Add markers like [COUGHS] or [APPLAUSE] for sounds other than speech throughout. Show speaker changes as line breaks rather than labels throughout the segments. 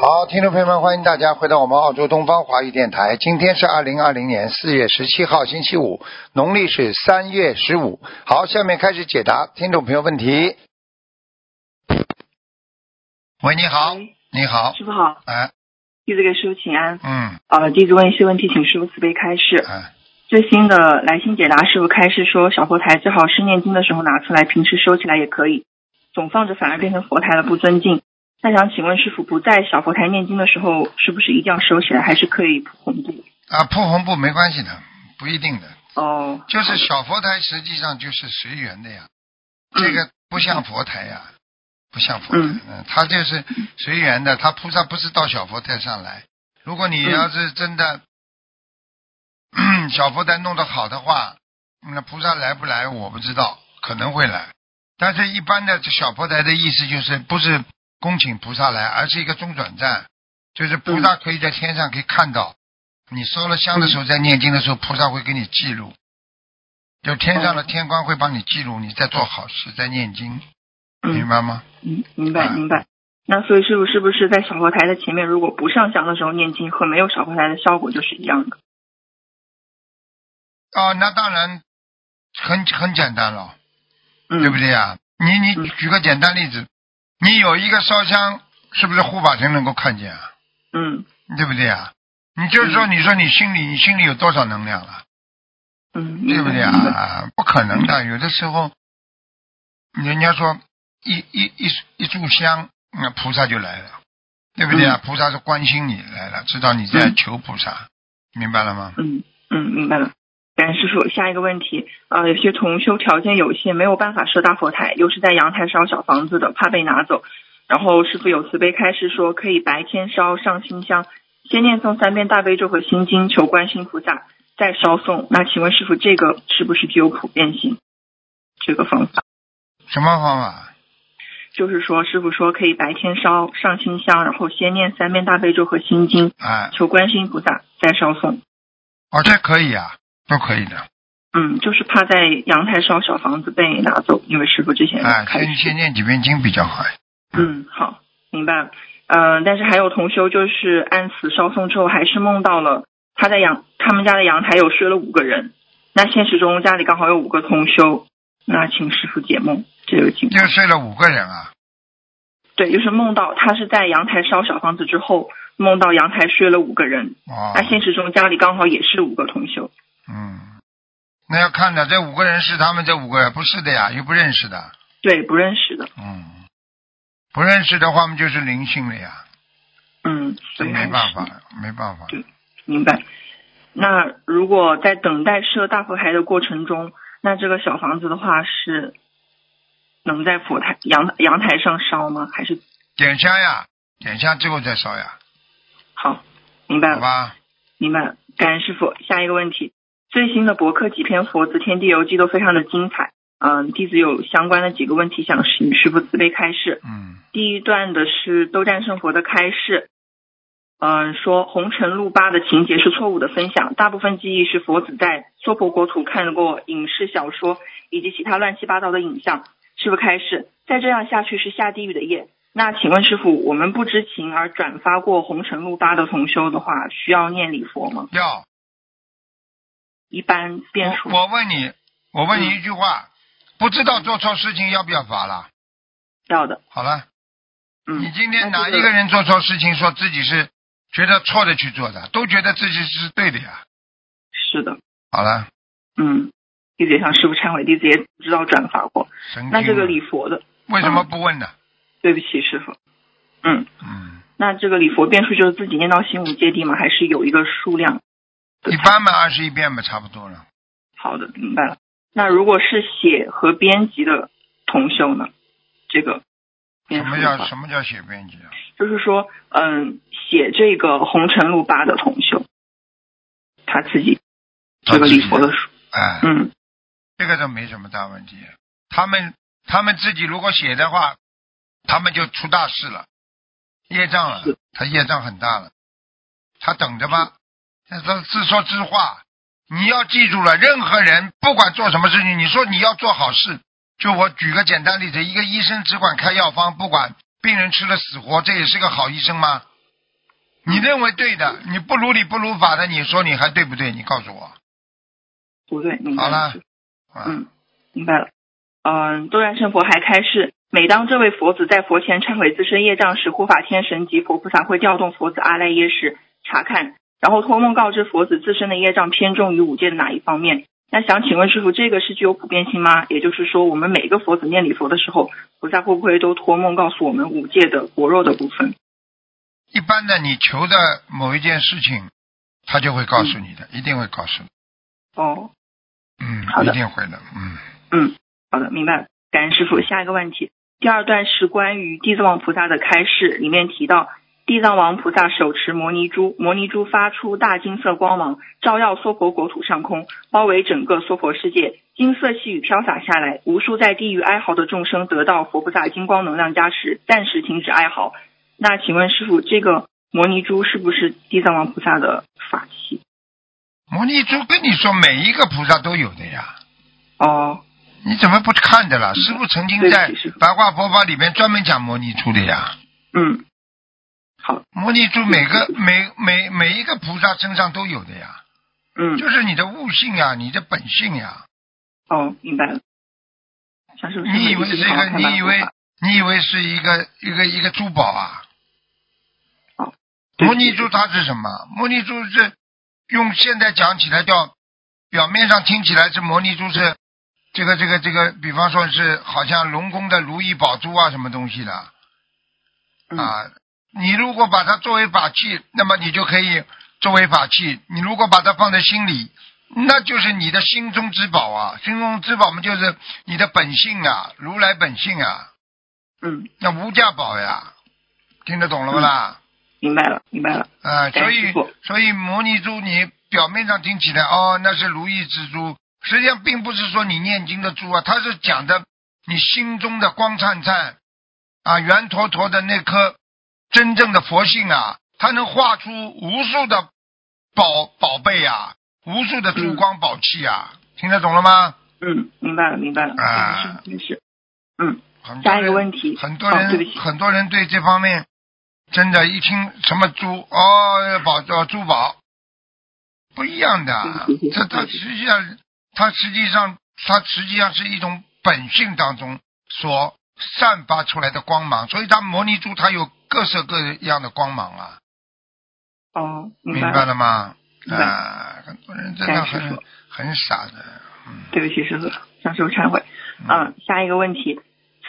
好，听众朋友们，欢迎大家回到我们澳洲东方华语电台。今天是二零二零年四月十七号，星期五，农历是三月十五。好，下面开始解答听众朋友问题。喂，你好，
喂
你好，
师傅好，
哎，
弟子给师傅请安。
嗯，
呃，弟子问一些问题，请师傅慈悲开示。
哎，
最新的来信解答，师傅开示说，小佛台最好是念经的时候拿出来，平时收起来也可以，总放着反而变成佛台了，不尊敬。那想请问师傅，不在小佛台念经的时候，是不是一定要收起来，还是可以铺红布？
啊，铺红布没关系的，不一定的，
哦，
就是小佛台实际上就是随缘的呀，
嗯
这个不像佛台呀，不像佛台，
嗯
嗯，它就是随缘的，它菩萨不是到小佛台上来。如果你
嗯
要是真的、 [CLEARS THROAT] 小佛台弄得好的话，那菩萨来不来我不知道，可能会来。但是，一般的小佛台的意思就是不是恭请菩萨来，而是一个中转站，就是菩
嗯
萨可以在天上可以看到，你烧了香的时候，在念经的时候，菩萨会给你记录，就天上的
哦
天官会帮你记录你在做好事，在念经，明
嗯
白哎吗？
嗯，明白明白。那所以师傅是不是在小佛台的前面，如果不上香的时候念经，和没有小佛台的效果就是一样的？
哦，那当然很很简单了，
嗯，
对不对呀、你你
嗯
举个简单例子，你有一个烧香，是不是护法神能够看见啊？
嗯
对不对呀、你就是说，你说你心里你心里有多少能量了？
嗯，明
对
白
不对
明白
啊？不可能的，有的时候，人家说一一一一炷香，那菩萨就来了，对不对啊？菩萨是关心你来了，知道你在
嗯
求菩萨，明白了吗？
嗯，嗯，明白了。感恩师傅，下一个问题，呃，有些同修条件有限，没有办法设大佛台，又是在阳台烧小房子的，怕被拿走。然后师傅有慈悲开示说，可以白天烧上新香，先念诵三遍大悲咒和心经，求观世音菩萨，再烧诵。那请问师傅，这个是不是具有普遍性？这个方法
什么方法？
就是说，师傅说可以白天烧上新香，然后先念三遍大悲咒和心经，
哎，
求观世音菩萨，再烧诵。
哦，这可以啊，都可以的。
嗯，就是怕在阳台烧小房子被拿走，因为师傅之前
哎，
开
先
始。
先念几遍经比较好。
嗯，好，明白了。嗯、但是还有同修就是按此烧送之后，还是梦到了他在阳他们家的阳台有睡了五个人。那现实中家里刚好有五个同修，那请师傅解梦这个情况。
又睡了五个人啊，
对，就是梦到他是在阳台烧小房子之后，梦到阳台睡了五个人。
哦
那，现实中家里刚好也是五个同修。
嗯，那要看的，这五个人是他们这五个，不是的呀，又不认识的，
对，不认识的。
嗯，不认识的话，我们就是灵性了呀。
嗯，
这
所以
没
还
办
是
法，没办法。
对明白。那如果在等待设大佛台的过程中，那这个小房子的话是能在佛台阳阳台上烧吗？还是
点香呀，点香之后再烧呀，
好？明白
好
了，
吧？
明白了。感恩师傅。下一个问题，最新的博客几篇《佛子天地游记》都非常的精彩。嗯，弟子有相关的几个问题想请师傅慈悲开示。
嗯，
第一段的是斗战胜佛的开示，嗯、说红尘路八的情节是错误的分享，大部分记忆是佛子在娑婆国土看过影视小说以及其他乱七八糟的影像。师傅开示，再这样下去是下地狱的业。那请问师傅，我们不知情而转发过红尘路八的同修的话，需要念礼佛吗？
要
一般变数嗯
我我问你，我问你一句话，不知道做错事情要不要罚了？
要的，
好了，
嗯，
你今天哪
那这
一个人做错事情，说自己是觉得错的去做的，都觉得自己是对的呀？
是的，
好了，
嗯，弟子也向师傅忏悔，弟子也不知道转发过。
神经。啊
那这个礼佛的，
为什么不问呢？
对不起，师傅。嗯，
嗯，
那这个礼佛遍数就是自己念到心无芥蒂吗？还是有一个数量？嗯
一般嘛，二十一遍嘛，差不多了。
好的，明白了。那如果是写和编辑的同修呢？这个
什
遍
么
数的
叫
话，
什么叫写编辑啊？
就是说，嗯，写这个《红尘路八》的同修，他自己这个礼佛的数，
哎，
嗯
这个倒没什么大问题。他们他们自己如果写的话，他们就出大事了，业障了
是，
他业障很大了，他等着吧，他他自说自话。你要记住了，任何人不管做什么事情，你说你要做好事，就我举个简单例子，一个医生只管开药方，不管病人吃了死活，这也是个好医生吗？你认为对的，你不如理不如法的，你说你还对不对？你告诉我。
不对，明白
好了
是
啊、
嗯，明白了。嗯、斗战胜佛还开示，每当这位佛子在佛前忏悔自身业障时，护法天神及佛菩萨会调动佛子阿赖耶识查看，然后托梦告知佛子自身的业障偏重于五戒的哪一方面。那想请问师傅，这个是具有普遍性吗？也就是说，我们每个佛子念礼佛的时候，菩萨会不会都托梦告诉我们五戒的薄弱的部分？
一般的，你求的某一件事情，他就会告诉你的，一定会告诉你。
哦，
嗯
嗯好，
一
的
定会的。嗯，
好的，明白了，感恩师傅。下一个问题，第二段是关于地藏王菩萨的开示，里面提到地藏王菩萨手持摩尼珠，摩尼珠发出大金色光芒，照耀娑婆国土上空，包围整个娑婆世界，金色细雨飘洒下来，无数在地狱哀嚎的众生得到佛菩萨金光能量加持，暂时停止哀嚎。那请问师傅，这个摩尼珠是不是地藏王菩萨的法器？
摩尼珠跟你说，每一个菩萨都有的呀，
哦，
你怎么不看的啦？师傅曾经
嗯对不
在
起师
《
傅
白话佛法》里面专门讲摩尼珠的呀。
嗯，
摩尼珠每个每每每一个菩萨身上都有的呀，
嗯，
就是你的悟性呀，你的本性呀。
哦，明白了。像是不是
你以
一
为
直
是一
想要
个，
看白
你以
头
为
发
你以为是一个一个一个珠宝啊？
对
摩尼珠它是什么？摩尼珠是用现在讲起来叫，表面上听起来是摩尼珠是这个这个这个，比方说是好像龙宫的如意宝珠啊什么东西的
嗯
啊。你如果把它作为法器，那么你就可以作为法器；你如果把它放在心里，那就是你的心中之宝啊。心中之宝嘛，就是你的本性啊，如来本性啊，
嗯，
那无价宝呀。听得懂了不啦？
明白了，明白了。
啊，所
哎对师
以
傅
所以摩尼珠你表面上听起来哦，那是如意之珠，实际上并不是说你念经的珠啊，它是讲的你心中的光灿灿啊，圆坨坨的那颗真正的佛性啊，它能画出无数的宝宝贝啊，无数的珠光宝气啊，听得懂了吗？
嗯，明白了，明白了。
啊
没事，
很多
没事。下一个
人
问题，
很多
哦对不
人、
起
很多人对这方面真的，一听什么珠哦宝哦珠宝不一样的啊
对不起，
这它
对不起
实际上它实际上它实际上是一种本性当中所散发出来的光芒，所以它摩尼珠它有各色各样的光芒啊，
哦，
明
明白
白
了，
了吗？
明白了。
啊，很多人真
感
的
谢师
很
傅
很傻的，
对不起，师傅，向师傅忏悔。
嗯
嗯，下一个问题，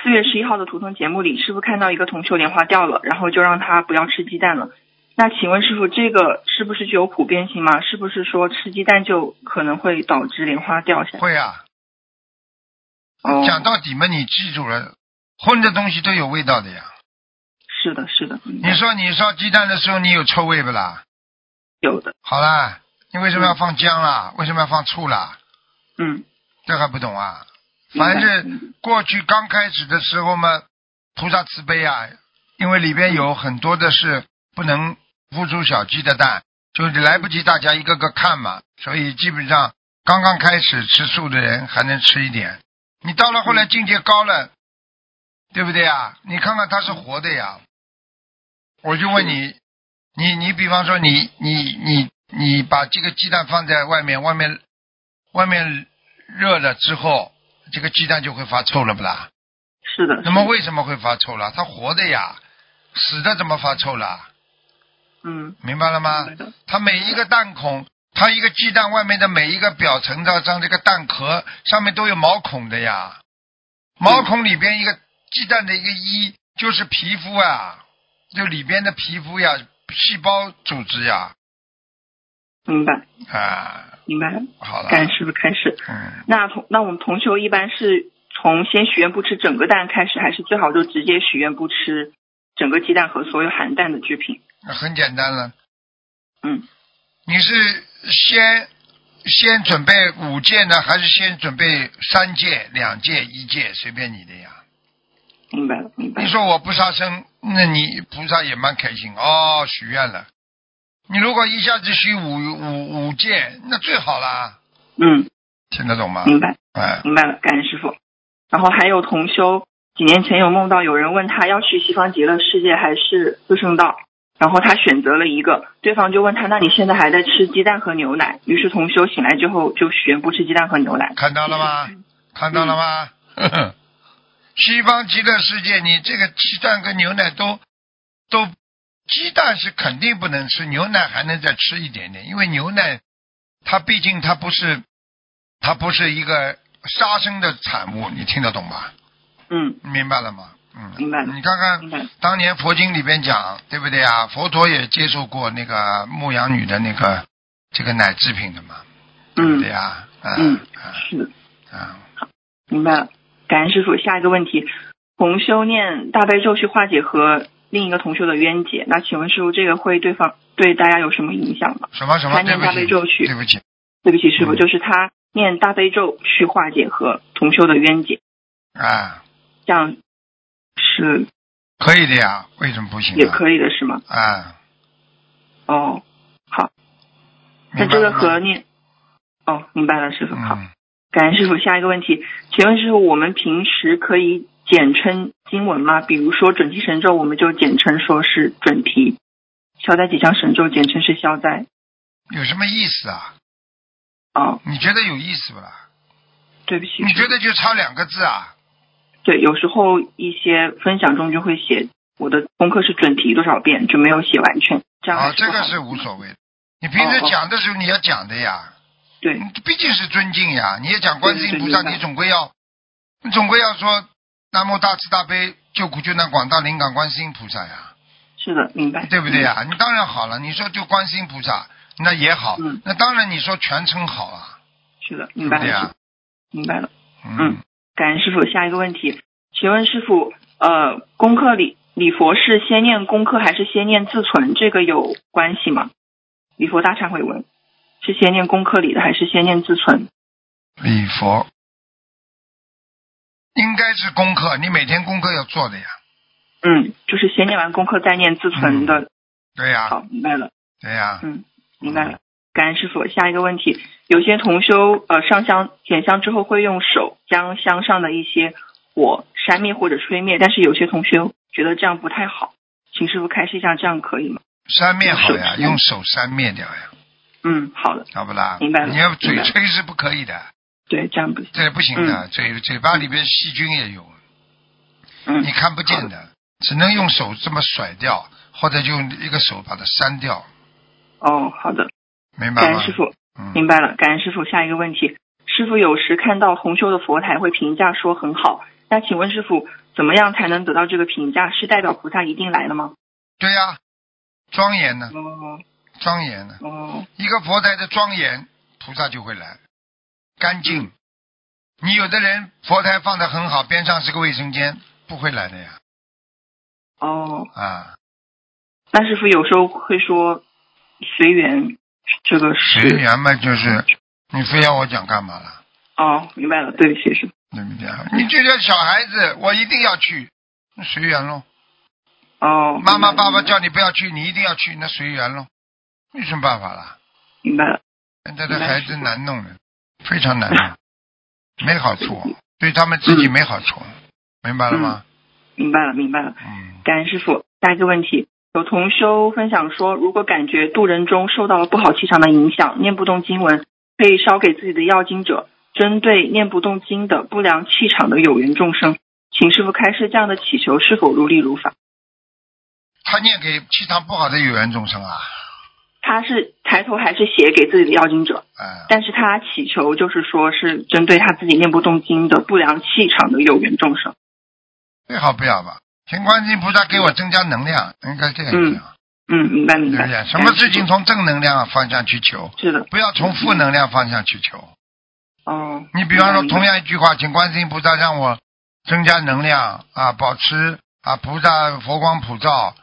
四月十一号的图腾节目里，师傅看到一个同修莲花掉了，然后就让他不要吃鸡蛋了。那请问师傅，这个是不是具有普遍性吗？是不是说吃鸡蛋就可能会导致莲花掉下来？
会啊，
哦，
讲到底嘛，你记住了，荤的东西都有味道的呀。
是的，是的，嗯明白
你说你烧鸡蛋的时候，你有臭味不啦？
有的，
好啦，你为什么要放姜啦？为什么要放醋啦？
嗯，
这还不懂啊？
明白
凡是过去刚开始的时候嘛，菩萨慈悲啊，因为里边有很多的是不能孵出小鸡的蛋，就是来不及大家一个个看嘛，所以基本上刚刚开始吃素的人还能吃一点。你到了后来境界高了，对不对啊？你看看它是活的呀。我就问你，你你比方说你你你你把这个鸡蛋放在外面，外面外面热了之后，这个鸡蛋就会发臭了不啦？
是的。
那么为什么会发臭了？它活的呀，死的怎么发臭了？
嗯，
明白了吗
明白？的，
它每一个蛋孔，它一个鸡蛋外面的每一个表层的上这个蛋壳上面都有毛孔的呀，毛孔里边一个鸡蛋的一个一就是皮肤啊，就里边的皮肤呀，细胞组织呀，
明白，
啊，
明白了。
好了，
感恩师傅开始。
嗯，
那同那我们同修一般是从先许愿不吃整个蛋开始，还是最好就直接许愿不吃整个鸡蛋和所有含蛋的制品？
那很简单了。
嗯，
你是先先准备五戒呢，还是先准备三戒、两戒、一戒，随便你的呀。
明白了，明白
你
了。
说我不杀生，那你菩萨也蛮开心哦，许愿了。你如果一下子许五五五戒，那最好啦，
嗯，
听得懂吗？
明白，
哎，
明白了，感恩师傅。然后还有同修，几年前有梦到有人问他要去西方极乐世界还是四圣道，然后他选择了一个，对方就问他，那你现在还在吃鸡蛋和牛奶？于是同修醒来之后就许愿不吃鸡蛋和牛奶。
看到了吗？看到了吗？呵呵西方极乐世界，你这个鸡蛋跟牛奶都都，鸡蛋是肯定不能吃，牛奶还能再吃一点点，因为牛奶它毕竟它不是它不是一个杀生的产物，你听得懂吧？
嗯，
明白了吗？嗯，
明白了
你看看
明白了。
当年佛经里边讲，对不对啊？佛陀也接受过那个牧羊女的那个这个奶制品的嘛，对不
嗯
对，啊？
嗯
啊
是的，
啊啊！
明白了。感恩师傅。下一个问题，同修念大悲咒去化解和另一个同修的冤结，那请问师傅这个会对方对大家有什么影响吗？
什么什么？
还
对
念大悲
不
咒
起，
去
对不起，
对不起，师傅，
嗯
就是他念大悲咒去化解和同修的冤结，
啊，
这样是
可以的呀，为什么不行
也
啊？
可以的，是吗？
啊，
哦，那
明白
这个
了吗
和念，哦，明白了，师傅，好，
嗯，
感恩师傅。下一个问题，请问师傅，我们平时可以简称经文吗？比如说准提神咒，我们就简称说是准提；消灾吉祥神咒简称是消灾。
有什么意思啊？
哦，
你觉得有意思不啦？
对不起，
你
师
觉
傅
得就差两个字啊？
对，有时候一些分享中就会写我的功课是准提多少遍，就没有写完全，这样还
啊，
是
这
不好
个
的
是无所谓的。你平时
哦哦
讲的时候你要讲的呀。
对，
你毕竟是尊敬呀，你也讲观世音菩萨，
对对对
你总归要，你总归要说南无大慈大悲救苦救难广大灵感观世音菩萨呀，
是的，明白，
对不对呀？你当然好了，你说就观世音菩萨那也好
嗯，
那当然你说全称好啊，
是的，
对
明
不
白
对
了，
呀？
明白了。
嗯，
感恩师傅，下一个问题，请问师傅，呃，功课里礼佛是先念功课还是先念自存？这个有关系吗？礼佛大忏悔文是先念功课里的还是先念自存？
礼佛应该是功课，你每天功课要做的呀，
嗯，就是先念完功课再念自存的。
对呀，
好，明白了，
对呀，
嗯，明白了。感恩师傅，下一个问题，有些同修呃上香点香之后会用手将香上的一些火扇灭或者吹灭，但是有些同学觉得这样不太好，请师傅开示一下，这样可以吗？
扇灭好呀，
手
用手扇灭掉呀，
嗯，好的。
好不啦？
明白了
你要嘴
明白了嗯
吹是不可以的，
对，这样不行。
这不行的，嘴嘴巴里边细菌也有。[LAUGHS]
嗯
你看不见的，只能用手这么甩掉，或者就用一个手把它删掉，
哦，好的，
明白
感
吗
恩师？傅，
嗯，
明白了，感恩师傅。下一个问题，师傅有时看到红修的佛台会评价说很好，那请问师傅怎么样才能得到这个评价？是代表菩萨一定来了吗？
对呀、庄严呢，
哦
庄严呢，
哦，
一个佛台的庄严，菩萨就会来，干
嗯
净。你有的人佛台放的很好，边上是个卫生间，不会来的呀，
哦，
啊，
那师傅有时候会说随缘，这个
随
是
缘嘛，就是你非要我讲干嘛了？
哦，明白了，对不起师傅。
对不对啊？你就像小孩子，我一定要去，那随缘喽。
哦，
妈妈、
明白
爸
了
爸叫你不要去，你一定要去，那随缘喽，有什么办法啦？
明白了，
现在的孩子难弄的，非常难
[LAUGHS]
弄，没好处，哦对他们自己没好处，明白了吗？
明白了，明白了。
嗯，
感恩师傅。下一个问题，有同修分享说，如果感觉渡人中受到了不好气场的影响，念不动经文，可以烧给自己的要经者，针对念不动经的不良气场的有缘众生，请师傅开示这样的祈求是否如理如法？
他念给气场不好的有缘众生啊，
他是抬头还是写给自己的要经者？
哎、
但是他祈求就是说是针对他自己念不动经的不良气场的有缘众生。
最好不要吧。请观世音菩萨给我增加能量，应该这样
嗯
讲，
嗯，明白
对
明
不
白
对？。什么事情
感恩
从
师
正能量方向去求，
傅？是的，
不要从负能量方向去求。
哦。
你比方说，
明白明白
同样一句话，请观世音菩萨让我增加能量啊，保持啊菩萨佛光普照。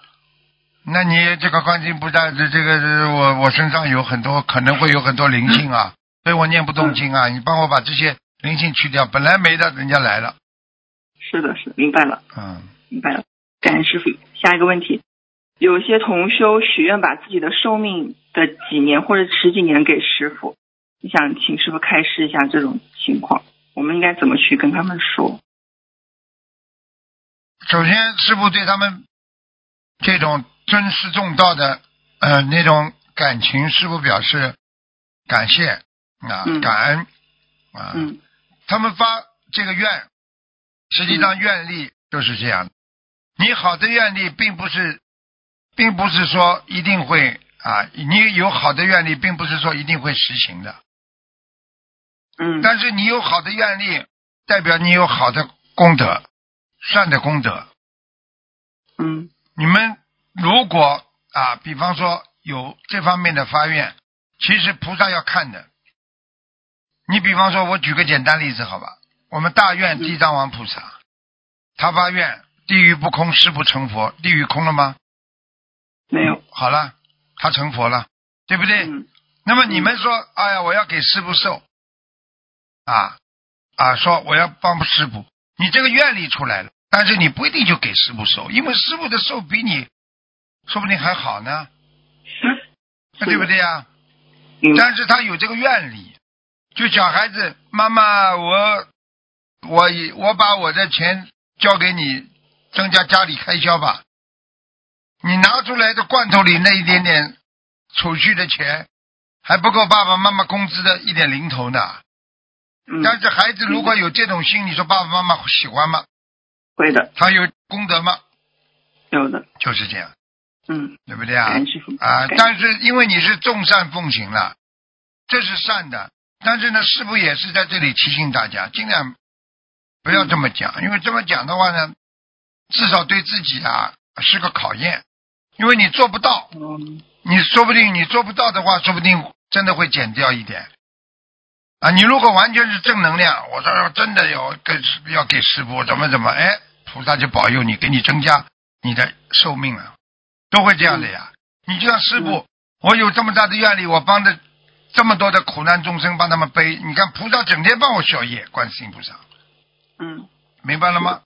那你这个观世音菩萨，这这个这我我身上有很多可能会有很多灵性啊，所以我念不动经啊。你帮我把这些灵性去掉，本来没的，人家来了，
是的，是的明白了。
嗯，
明白了，感恩师傅。下一个问题，有些同修许愿把自己的寿命的几年或者十几年给师傅，你想请师傅开示一下这种情况，我们应该怎么去跟他们说？
首先师傅对他们这种尊师重道的呃那种感情，师傅表示感谢啊、
嗯
感恩啊、
嗯
他们发这个愿，实际上愿力就是这样的。你好的愿力并不是，并不是说一定会啊，你有好的愿力，并不是说一定会实行的。
嗯
但是你有好的愿力，代表你有好的功德，善的功德。
嗯
你们如果啊，比方说有这方面的发愿，其实菩萨要看的。你比方说，我举个简单例子，好吧？我们大愿地藏王菩萨，他发愿地狱不空，誓不成佛。地狱空了吗？
没有，
好了，他成佛了，对不对？
嗯
那么你们说，哎呀，我要给师傅受，啊啊，说我要帮师傅，你这个愿力出来了，但是你不一定就给师傅受，因为师傅的受比你说不定还好呢，
是
对不对呀、
明
嗯
白，
但是他有这个愿力，就小孩子，妈妈，我我以我把我的钱交给你，增加家里开销吧。你拿出来的罐头里那一点点储蓄的钱，还不够爸爸妈妈工资的一点零头呢。
嗯，
但是孩子如果有这种心，你说爸爸妈妈喜欢吗？
会的，
他有功德吗？
有的，
就是这样，
嗯，
对不对啊？
感恩师傅
啊
感，
但是因为你是众善奉行了，这是善的。但是呢，师傅也是在这里提醒大家，尽量不要这么讲，因为这么讲的话呢，至少对自己啊是个考验，因为你做不到，
嗯
你说不定你做不到的话，说不定真的会减掉一点。啊，你如果完全是正能量，我说真的要给要给师傅怎么怎么，哎，菩萨就保佑你，给你增加你的寿命了，都会这样的呀。你就像师傅，
嗯
我有这么大的愿力，我帮着这么多的苦难众生帮他们背，你看菩萨整天帮我消业，观世音菩萨，
嗯，
明白了吗？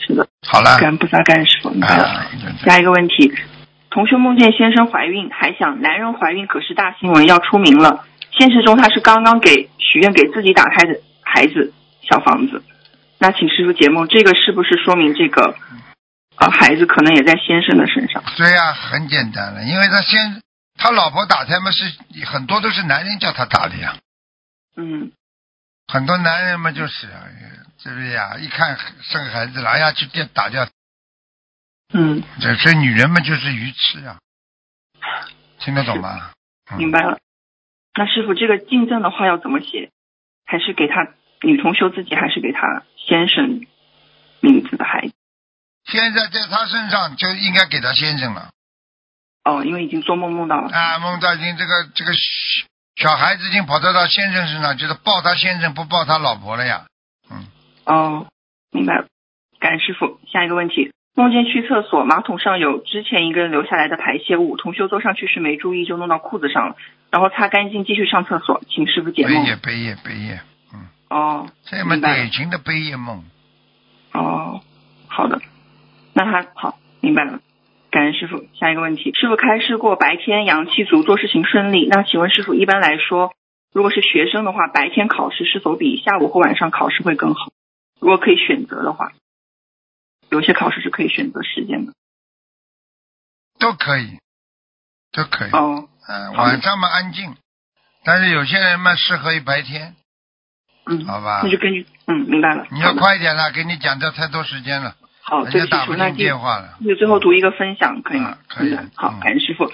是的，
好了，
嗯感恩菩萨，感恩师傅，明白了。
啊，就这样
下一个问题，同学梦见先生怀孕，还想男人怀孕可是大新闻要出名了。现实中他是刚刚给许愿给自己打开的孩子小房子。那请师傅解梦，这个是不是说明这个呃孩子可能也在先生的身上？
对呀、很简单了，因为他先他老婆打胎嘛，是很多都是男人叫他打的呀，
嗯
很多男人嘛就是啊，对不对呀？一看生孩子了，哎呀，去电打掉，
嗯，
这所以女人们就是愚痴啊，听得懂吗？嗯
明白了。那师傅这个进赠的话要怎么写？还是给他女同修自己，还是给他先生名字的孩子？
现在在他身上就应该给他先生了
哦，因为已经做梦梦到了。
啊，孟兆金这个这个小小孩子已经跑到他先生身上，就是抱他先生不抱他老婆了呀。
哦，明白了，感恩师傅。下一个问题，梦见去厕所，马桶上有之前一个人留下来的排泄物，同修坐上去时没注意，就弄到裤子上了，然后擦干净继续上厕所，请师傅解
悲
梦。
业悲业悲业，
哦
这么
明白了
典型的悲业梦。
哦，好的，那他好，明白了。感恩师傅。下一个问题，师傅开示过白天阳气足，做事情顺利。那请问师傅，一般来说，如果是学生的话，白天考试是否比下午或晚上考试会更好？如果可以选择的话，有些考试是可以选择时间的。
都可以，都可以。
哦，
嗯、
好的
晚上嘛安静，但是有些人嘛适合于白天，
嗯，
好吧
那？就根据嗯，明白了。
你要
好的
快一点了，给你讲掉太多时间了，
好，
人
对
家
不起，
打
师
不
傅，那
进
第
电话了。
就最后读一个分享可以吗
啊？可以
嗯好
嗯，
感恩师傅。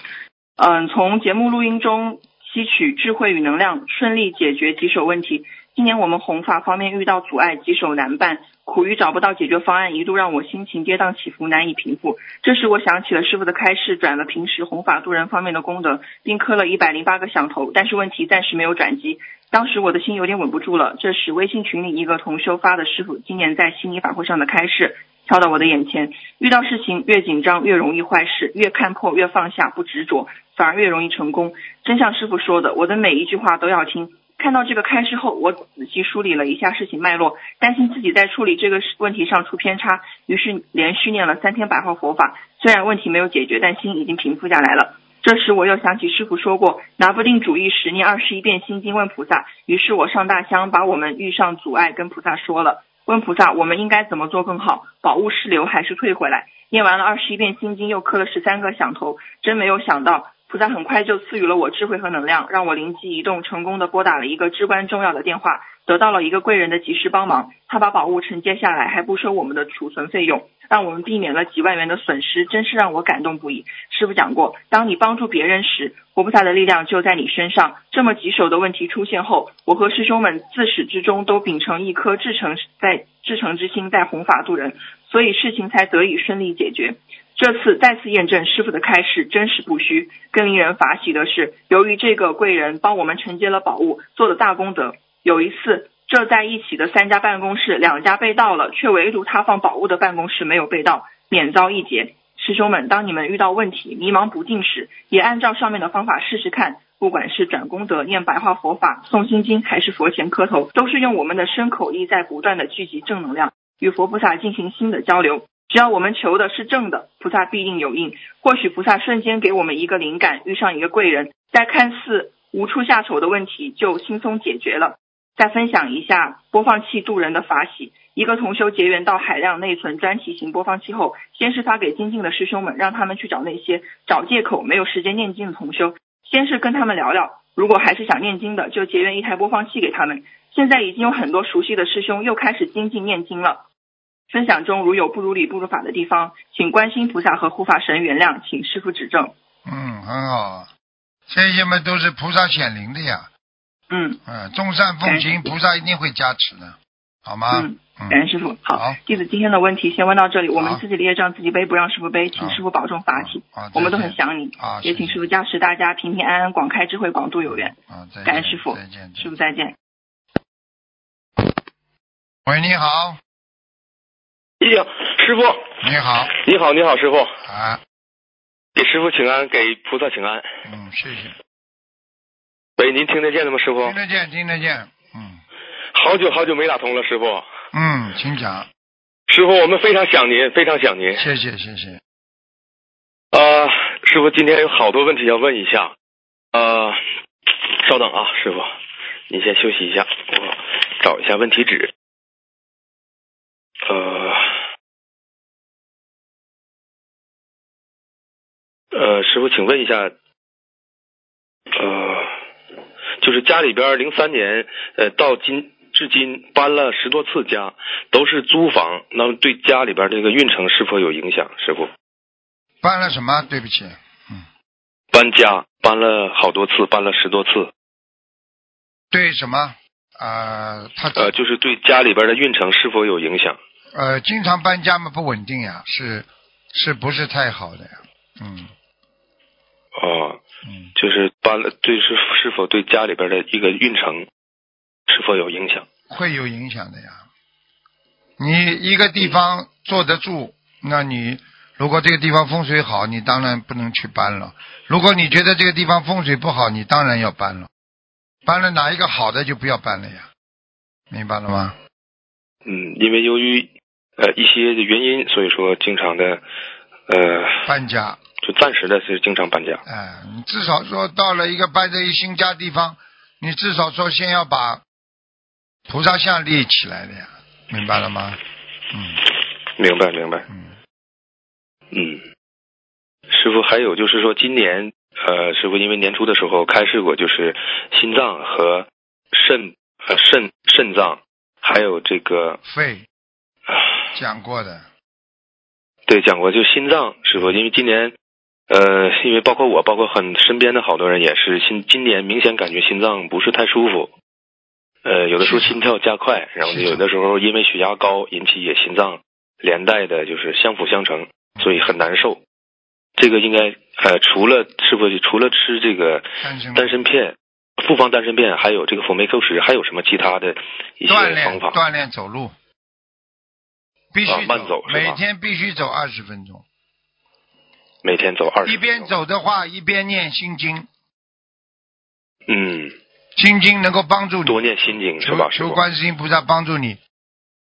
嗯，从节目录音中吸取智慧与能量，顺利解决棘手问题。今年我们弘法方面遇到阻碍，棘手难办，苦于找不到解决方案，一度让我心情跌宕起伏，难以平复。这时我想起了师傅的开示，转了平时弘法度人方面的功德，并磕了一百零八个响头，但是问题暂时没有转机。当时我的心有点稳不住了，这时微信群里一个同修发的师傅今年在悉尼法会上的开示跳到我的眼前，遇到事情越紧张越容易坏事，越看破越放下，不执着，反而越容易成功。真像师傅说的，我的每一句话都要听，看到这个开示后，我仔细梳理了一下事情脉络，担心自己在处理这个事问题上出偏差，于是连续念了三天百号佛法。虽然问题没有解决，但心已经平复下来了。这时我又想起师傅说过，拿不定主意时念二十一遍心经问菩萨。于是我上大香，把我们遇上阻碍跟菩萨说了，问菩萨我们应该怎么做更好，保物是留还是退回来？念完了二十一遍心经，又磕了十三个响头，真没有想到菩萨很快就赐予了我智慧和能量，让我灵机一动，成功的拨打了一个至关重要的电话，得到了一个贵人的及时帮忙。他把宝物承接下来，还不收我们的储存费用，让我们避免了几万元的损失，真是让我感动不已。师傅讲过，当你帮助别人时，活菩萨的力量就在你身上。这么棘手的问题出现后，我和师兄们自始至终都秉承一颗至诚在至诚之心，在弘法度人，所以事情才得以顺利解决。这次再次验证师傅的开示真实不虚。更令人法喜的是，由于这个贵人帮我们承接了宝物，做了大功德。有一次，这在一起的三家办公室，两家被盗了，却唯独他放宝物的办公室没有被盗，免遭一劫。师兄们，当你们遇到问题、迷茫不定时，也按照上面的方法试试看。不管是转功德、念白话佛法、诵心经，还是佛前磕头，都是用我们的身口意在不断的聚集正能量，与佛菩萨进行新的交流。只要我们求的是正的，菩萨必定有应。或许菩萨瞬间给我们一个灵感，遇上一个贵人，在看似无处下手的问题就轻松解决了。再分享一下播放器渡人的法喜。一个同修结缘到海量内存专题型播放器后，先是发给精进的师兄们，让他们去找那些找借口没有时间念经的同修，先是跟他们聊聊，如果还是想念经的，就结缘一台播放器给他们。现在已经有很多熟悉的师兄又开始精进念经了。分享中如有不如理、不如法的地方，请观世音菩萨和护法神原谅，请师傅指正。
嗯，很好啊，这些嘛都是菩萨显灵的呀。
嗯
嗯，众善奉行，菩萨一定会加持的，好吗？
哎嗯，感恩师傅。
好
好，弟子今天的问题先问到这里，我
好
们自己的业障自己背，不让师傅背，请
好
师傅保重法体。
好，
我们都
再
很
见
想你，
啊，
也
谢
请
谢
师傅加持大家平平安安，广开智慧，广度有缘。
啊，再见
感恩师傅
再见，
师傅再见。
喂，你好，
哎呀，师傅，
你好，
你好，你好，师傅，
啊，
给师傅请安，给菩萨请安。
嗯，谢谢，
喂，您听得见了吗，师傅
听？得见，听得见，嗯
好久好久没打通了，师傅。
嗯，请讲，
师傅，我们非常想您，非常想您。
谢谢，谢谢，
呃，师傅，今天有好多问题要问一下。呃，稍等啊，师傅，您先休息一下，我找一下问题纸。呃，呃，师傅，请问一下，呃，就是家里边零三年呃到今至今搬了十多次家，都是租房，那么对家里边这个运程是否有影响？师傅？
办了什么？对不起，
搬家，搬了好多次，搬了十多次，
对什么？呃，他
呃，就是对家里边的运程是否有影响？
呃，经常搬家嘛，不稳定呀，是是不是太好的呀？嗯
哦，
嗯，
就是搬了，对是是否对家里边的一个运程是否有影响？
会有影响的呀。你一个地方坐得住，那你如果这个地方风水好，你当然不能去搬了；如果你觉得这个地方风水不好，你当然要搬了。搬了哪一个好的就不要搬了呀，明白了吗？
嗯，因为由于呃一些原因，所以说经常的呃，
搬家，
就暂时的是经常搬家。
哎、你至少说到了一个搬在一新家地方，你至少说先要把菩萨像立起来的呀，明白了吗？嗯
明白，明白。
嗯。
嗯，师傅，还有就是说，今年呃，师傅因为年初的时候开示过，就是心脏和肾呃肾肾脏，还有这个
肺讲过的，
[SIGHS] 对讲过，就心脏师傅，因为今年呃，因为包括我，包括很身边的好多人也是心，今年明显感觉心脏不是太舒服。呃，有的时候心跳加快，然后
是的
有的时候因为血压高引起也心脏连带的就是相辅相成，所以很难受。这个应该呃，除了是不是除了吃这个
单身
丹参片、复方丹参片，还有这个辅酶 Q 十，还有什么其他的一些
锻炼
方法？
锻炼走路，必须
啊慢走是吧
每天必须走二十分钟。
每天走二十，
一边，走的话，一边念心经，
嗯，
心经能够帮助你
多，念心经是
求
吧，师
求
傅？
观世音菩萨帮助你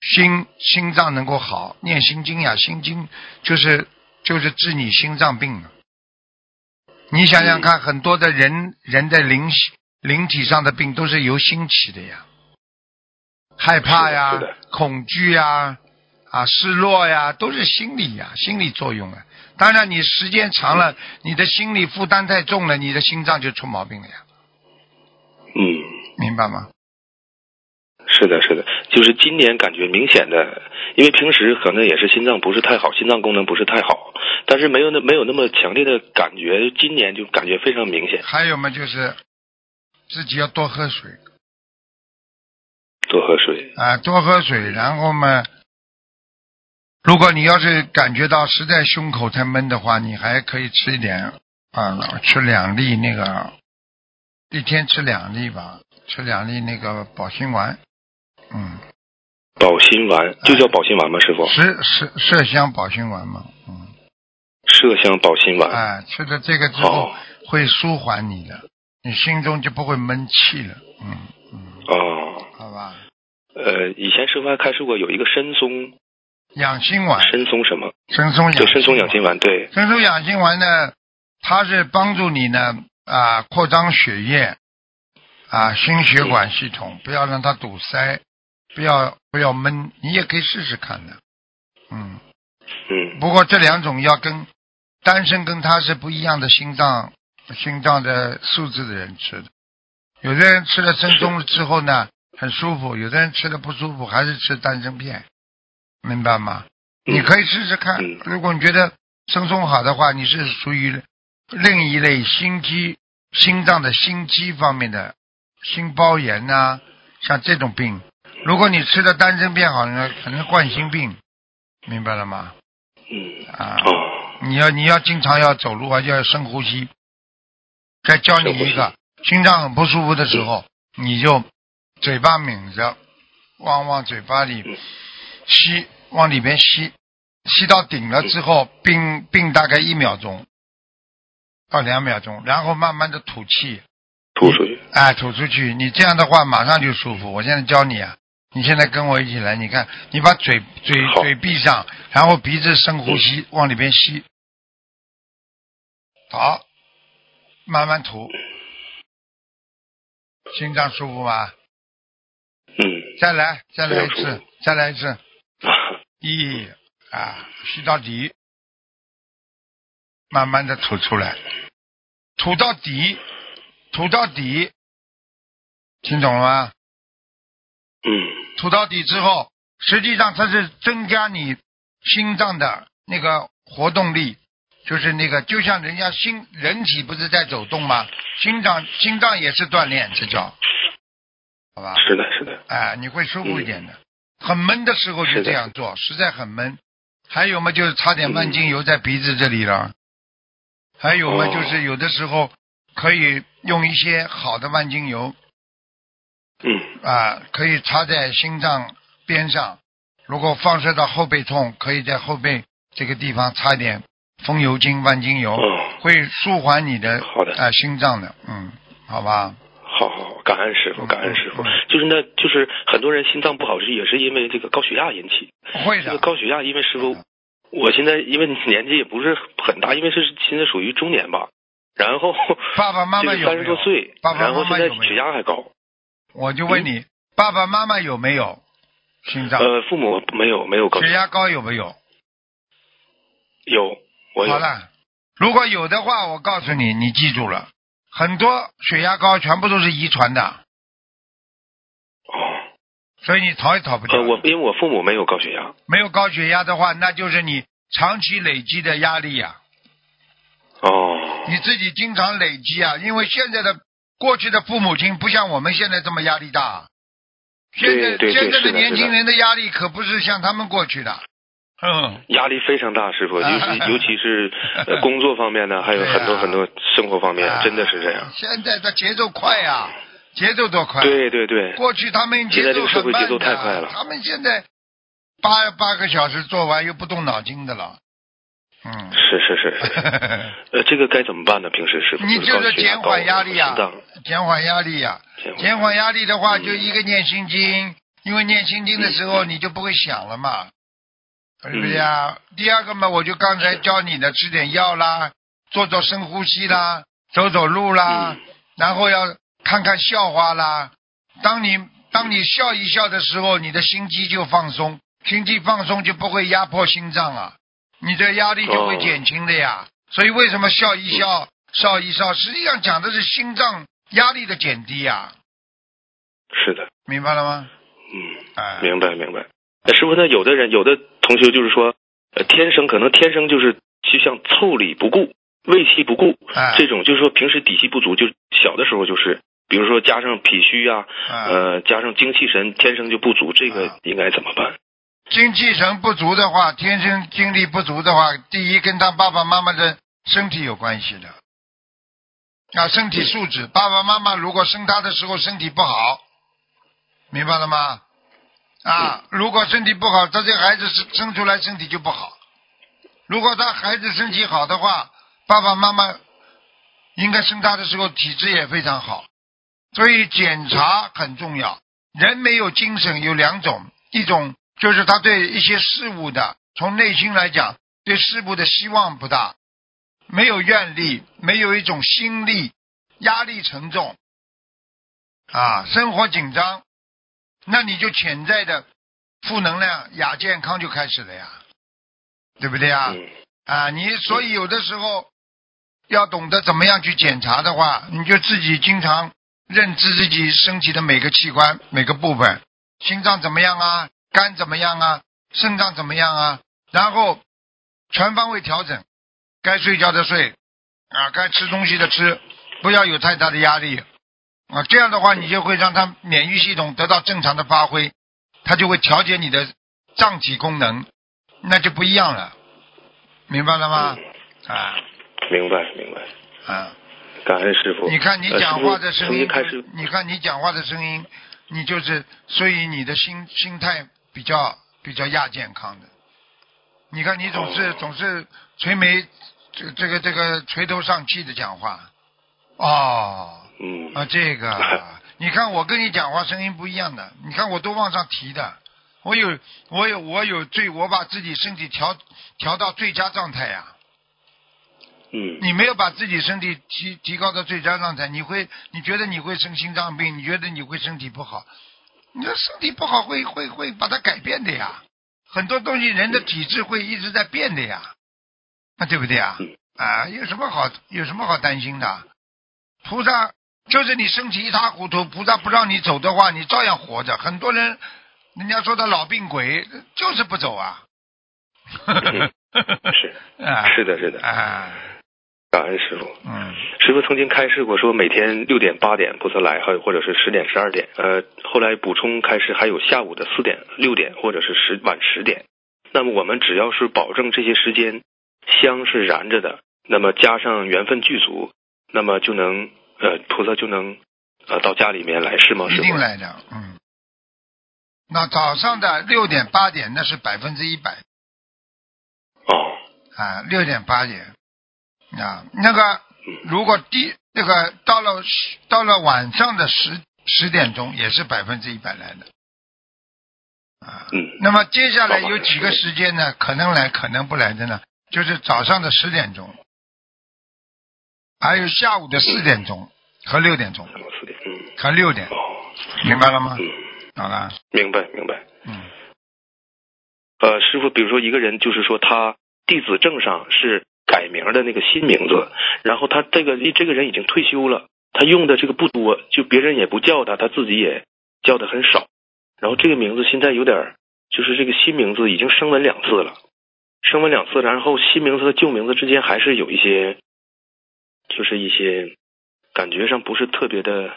心心脏能够好，念心经呀，心经就是就是治你心脏病的。你想想
嗯
看，很多的人人的灵灵体上的病都是由心起的呀，害怕呀
是的是的、
恐惧呀、啊失落呀，都是心理呀心理作用啊。当然，你时间长
嗯
了，你的心理负担太重了，你的心脏就出毛病了呀，
嗯，
明白吗？
是的，是的，就是今年感觉明显的，因为平时可能也是心脏不是太好，心脏功能不是太好，但是没有那没有那么强烈的感觉，今年就感觉非常明显，
还有嘛，就是自己要多喝水。
多喝水。
啊，多喝水，然后嘛，如果你要是感觉到实在胸口太闷的话，你还可以吃一点啊，吃两粒那个，一天吃两粒吧，吃两粒那个保心丸，嗯，
保心丸就叫保心丸吗，师傅？
十麝麝香保心丸嘛，嗯，
麝香保心丸。
哎、吃了这个之后
哦
会舒缓你的，你心中就不会闷气了，嗯嗯，
哦，
好吧，
呃，以前师傅还开示过有一个参松，
养心丸，
参松什么？
生松养
对，参哎松养
心丸
心丸，对，
生疏养心丸呢，它是帮助你呢啊扩张血液啊心血管系统，不要让它堵塞，不要不要闷，你也可以试试看的。嗯，
嗯，
不过这两种要跟丹参跟它是不一样的心脏心脏的素质的人吃的，有的人吃了生松之后呢很舒服，有的人吃了不舒服还是吃丹参片，明白吗？你可
以，
以试试看
嗯。
如果你觉得生松好的话，你是属于另一类心肌、心脏的心肌方面的心包炎呐、像这种病。如果你吃的丹参片好呢，可能冠心病，明白了吗？
嗯，
啊，
哦，
你要你要经常要走路啊，要深呼吸。再教你一
深
个，心脏很不舒服的时候，你就嘴巴抿着，往往嘴巴里
嗯
吸，往里边吸，吸到顶了之
嗯
后，并并大概一秒钟到两秒钟，然后慢慢的吐气，
吐出去，
哎，吐出去。你这样的话，马上就舒服。我现在教你啊，你现在跟我一起来，你看，你把嘴嘴
好嗯
嘴闭上，然后鼻子深呼吸，往里边吸，好，慢慢吐，心脏舒服吗？
嗯，
再来，再来一
非常舒
次，再来一次，
啊
一啊，吸到底，慢慢的吐出来，吐到底，吐到底，听懂了吗？
嗯，
吐到底之后，实际上它是增加你心脏的那个活动力，就是那个就像人家心人体不是在走动吗？心脏心脏也是锻炼，这叫好吧？
是嗯的，是的，
哎，你会舒服一点的。很闷的时候就这样做，实在很闷。还有嘛，就是擦点
嗯
万金油在鼻子这里了。还有嘛，
哦
就是有的时候可以用一些好的万金油
嗯，
啊、可以擦在心脏边上。如果放射到后背痛，可以在后背这个地方擦一点风油精、万金油，
哦，
会舒缓你的
好的
啊、心脏的。嗯，好吧，
好好，好感恩师傅，感恩师傅
嗯嗯，
就是那，就是很多人心脏不好是也是因为这个高血压引起，
嗯会
这
的
个。高血压，因为师傅
嗯，
我现在因为年纪也不是很大，因为是现在属于中年吧，然后
爸爸妈妈有
三
没
十
有
多？岁，
爸爸
然后
妈妈
现
有
在
没有
血压还高，
我就问你，爸爸妈妈有没有心脏？
嗯呃，父母没有没有高
血压高有没有？
有我有
好了，如果有的话，我告诉你，你记住了，很多血压高全部都是遗传的，
哦，
所以你逃也逃不掉
呃，
的。
我因为我父母没有高血压，
没有高血压的话，那就是你长期累积的压力呀、
哦，
你自己经常累积啊，因为现在的过去的父母亲不像我们现在这么压力大，现在
对对对
现在
是的
年
是
轻
的
人的压力可不是像他们过去的，嗯。
压力非常大，
[LAUGHS]
师傅，尤
啊
其尤其是呃工作方面呢，还有
[LAUGHS] 对啊
很多很多生活方面，真的是这样
啊。。现在的节奏快呀、节奏多快！，
对对对，
过去他们节
现在这
奏
个社
很
会
慢的，
节奏太快了
他们现在八八个小时做完又不动脑筋的了，嗯，
是是是是，呃，这个该怎么办呢？平时师傅，
你
就
就
是高
是
血压
减缓压力啊
高啊心
[LAUGHS] 减缓压力呀、啊
脏
减缓压力的话，
嗯
就一个念心经，因为念心经的时候你就不会想了嘛，对不对呀？
嗯
第二个嘛，我就刚才教你的，吃点药啦，做做深呼吸啦，走走路啦，
嗯
然后要看看笑话啦。当你当你笑一笑的时候，你的心肌就放松，心肌放松就不会压迫心脏啊，你的压力就会
哦嗯
减轻的呀。所以为什么笑一笑，笑一笑，实际上讲的是心脏压力的减低呀、
是的，
明白了吗？
嗯，
哎，
明白明白。呃师傅，那有的人有的同学就是说，呃，天生可能天生就是就像凑理不顾、胃气不顾
哎，
这种，就是说平时底气不足，就小的时候就是，比如说加上脾虚啊，
哎，
呃，加上精气神天生就不足，这
啊
个应该怎么办？
精气神不足的话，天生精力不足的话，第一跟他爸爸妈妈的身体有关系的，啊，身体素
嗯
质。爸爸妈妈如果生他的时候身体不好，明白了吗？
嗯
啊，如果身体不好，他这孩子生生出来身体就不好。如果他孩子身体好的话，爸爸妈妈应该生他的时候体质也非常好，所以检查很重要。人没有精神有两种，一种就是他对一些事物的，从内心来讲，对事物的希望不大，没有愿力，没有一种心力，压力沉重，啊，生活紧张，那你就潜在的负能量、亚健康就开始了呀，对不对呀？
嗯
啊，你所以有的时候要懂得怎么样去检查的话，你就自己经常认知自己身体的每个器官、每个部分，心脏怎么样啊，肝怎么样啊，肾脏怎么样啊，然后全方位调整，该睡觉的睡，啊，该吃东西的吃，不要有太大的压力，啊，这样的话你就会让他免疫系统得到正常的发挥，它就会调节你的脏体功能，那就不一样了，明白了吗？
嗯
啊
明白明白，
啊！
感恩师傅。
你看你
呃
讲话的
师傅
声
从一
音
开始，，
你看你讲话的声音，你就是，所以你的心心态比较比较亚健康的。你看你总是
哦
总是垂眉，这这个这个垂头丧气的讲话，哦
嗯，
啊这个啊，你看我跟你讲话声音不一样的，你看我都往上提的，我有我有我有最我把自己身体调调到最佳状态呀、
[LAUGHS] 嗯，
你没有把自己身体提提高到最佳状态，你会你觉得你会生心脏病，你觉得你会身体不好，你的身体不好会会会把它改变的呀。很多东西人的体质会一直在变的呀，那对不对啊
嗯？
啊，有什么好有什么好担心的？菩萨就是你身体一塌糊涂，菩萨不让你走的话，你照样活着。很多人，人家说他老病鬼，就是不走啊。 [LAUGHS]
是
啊，
嗯是的是的，
啊，
感恩师傅。
嗯。
师傅曾经开示过，说每天六点、八点不得来，还有或者是十点、十二点。呃，后来补充开示还有下午的四点、六点，或者是十晚十点。那么我们只要是保证这些时间香是燃着的，那么加上缘分具足，那么就能呃菩萨就能呃到家里面来，哦是吗？
一
师
定
傅？
来的，嗯。那早上的六点八点那是百分之一百
哦，
啊，六点八点啊，那个如果第那个到了十到了晚上的十十点钟也是百分之一百来的。
嗯
啊那么接下来
到
有
晚
几个
10
时间呢？可能来可能不来的呢？就是早上的十点钟，还有下午的四点钟和六点钟
下午四点，嗯，
和六点，
哦，
明白了吗？
嗯，
好了，
明白明白。
嗯，
呃，师傅，比如说一个人，就是说他弟子证上是改名的那个新名字，然后他这个这个人已经退休了，他用的这个不多，就别人也不叫他，他自己也叫的很少。然后这个名字现在有点儿，就是这个新名字已经升温两次了，升温两次，然后新名字和旧名字之间还是有一些，就是一些感觉上不是特别的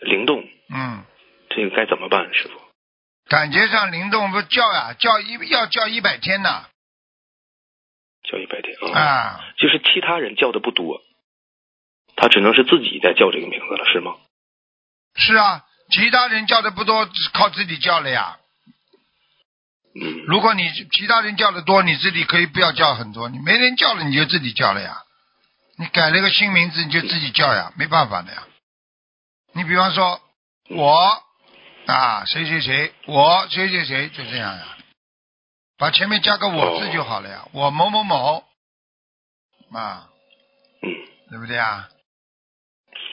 灵动，
嗯。
这个该怎么办，师傅？
感觉上灵动不叫呀、叫一要叫一百天呐
叫一百天
啊
就是其他人叫的不多，他只能是自己在叫这个名字了，是吗？
是啊，其他人叫的不多，只靠自己叫了呀。
嗯
如果你其他人叫的多，你自己可以不要叫很多，你没人叫了你就自己叫了呀。你改了个新名字你就自己叫呀，没办法的呀。你比方说我啊谁谁谁，我谁谁谁就这样呀，把前面加个我字就好了呀，我某某某啊，
嗯
对不对啊？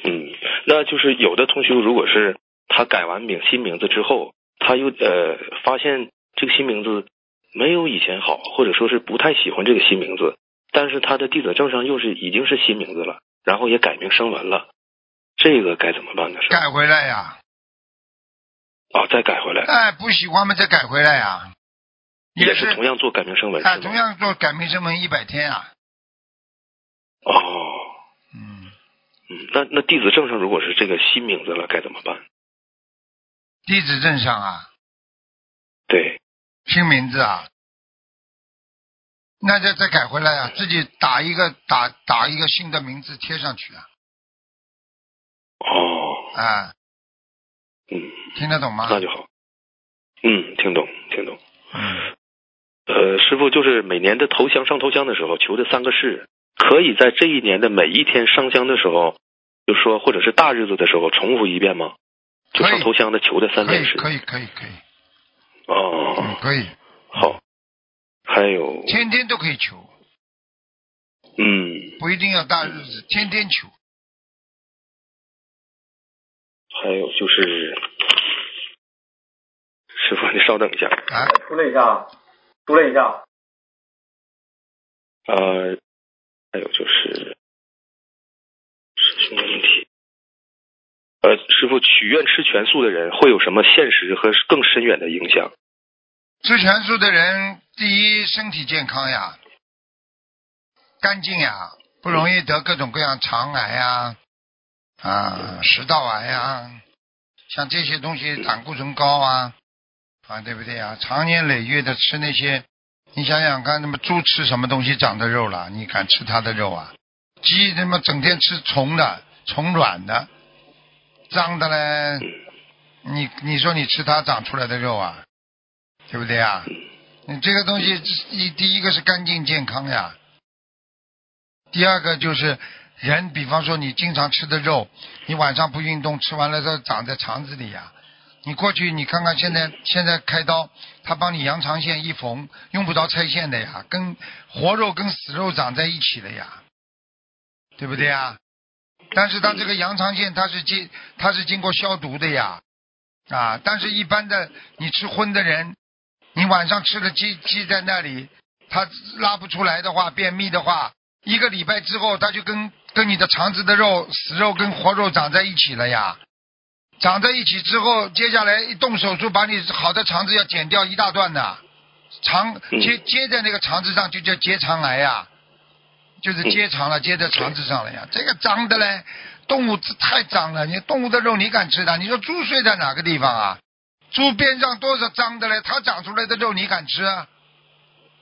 嗯，那就是有的同学如果是他改完名新名字之后，他又呃发现这个新名字没有以前好，或者说是不太喜欢这个新名字，但是他的地址证上又是已经是新名字了，然后也改名声纹了，这个该怎么办呢？是
改回来呀，
啊，再改回来
哎，不喜欢嘛再改回来呀，
也
是
是同样做改名声纹
哎，
是
同
吗？
样做改名声纹一百天啊，
哦。
嗯，
嗯，那那地址证上如果是这个新名字了，该怎么办？
地址证上啊，
对，
新名字啊，那就再改回来啊，
嗯
自己打一个打打一个新的名字贴上去啊，
哦，
啊，
嗯，
听得懂吗？
那就好。嗯，听懂，听懂。
嗯，
呃，师傅就是每年的头香上头香的时候求的三个事，可以在这一年的每一天上香的时候，就说或者是大日子的时候重复一遍吗？就
可以
上头香的求的三
可
件
以
事。
可以可以可以，嗯
哦，
可以，
好。还有，
天天都可以求，
嗯，
不一定要大日子，天天求，
还有就是，师傅你稍等一下。
啊，
出来一下，出来一下，
呃，还有就是什么问题？呃，师傅，许愿吃全素的人会有什么现实和更深远的影响？ [LAUGHS]
吃全素的人，第一身体健康呀，干净呀，不容易得各种各样肠癌呀，啊，食道癌呀，像这些东西胆固醇高啊，啊，对不对呀？长年累月的吃那些，你想想看，那么猪吃什么东西长的肉了？你敢吃它的肉啊？鸡他妈整天吃虫的、虫卵的、脏的嘞，你你说你吃它长出来的肉啊，对不对啊？你这个东西，一第一个是干净健康呀，第二个就是人，比方说你经常吃的肉，你晚上不运动，吃完了它长在肠子里呀。你过去你看看现在现在开刀，他帮你羊肠线一缝，用不着拆线的呀，跟活肉跟死肉长在一起的呀，对不对呀？但是它这个羊肠线它是经它是经过消毒的呀，啊，但是一般的你吃荤的人，你晚上吃了鸡鸡在那里，它拉不出来的话，便秘的话，一个礼拜之后，它就跟跟你的肠子的肉、死肉跟活肉长在一起了呀。长在一起之后，接下来一动手术把你好的肠子要剪掉一大段的，肠
嗯
接接在那个肠子上就叫结肠癌呀，就是结肠了，接在肠子上了呀。这个脏的嘞，动物太脏了，你动物的肉你敢吃的？你说猪睡在哪个地方啊？猪边上多少脏的嘞？它长出来的肉你敢吃啊？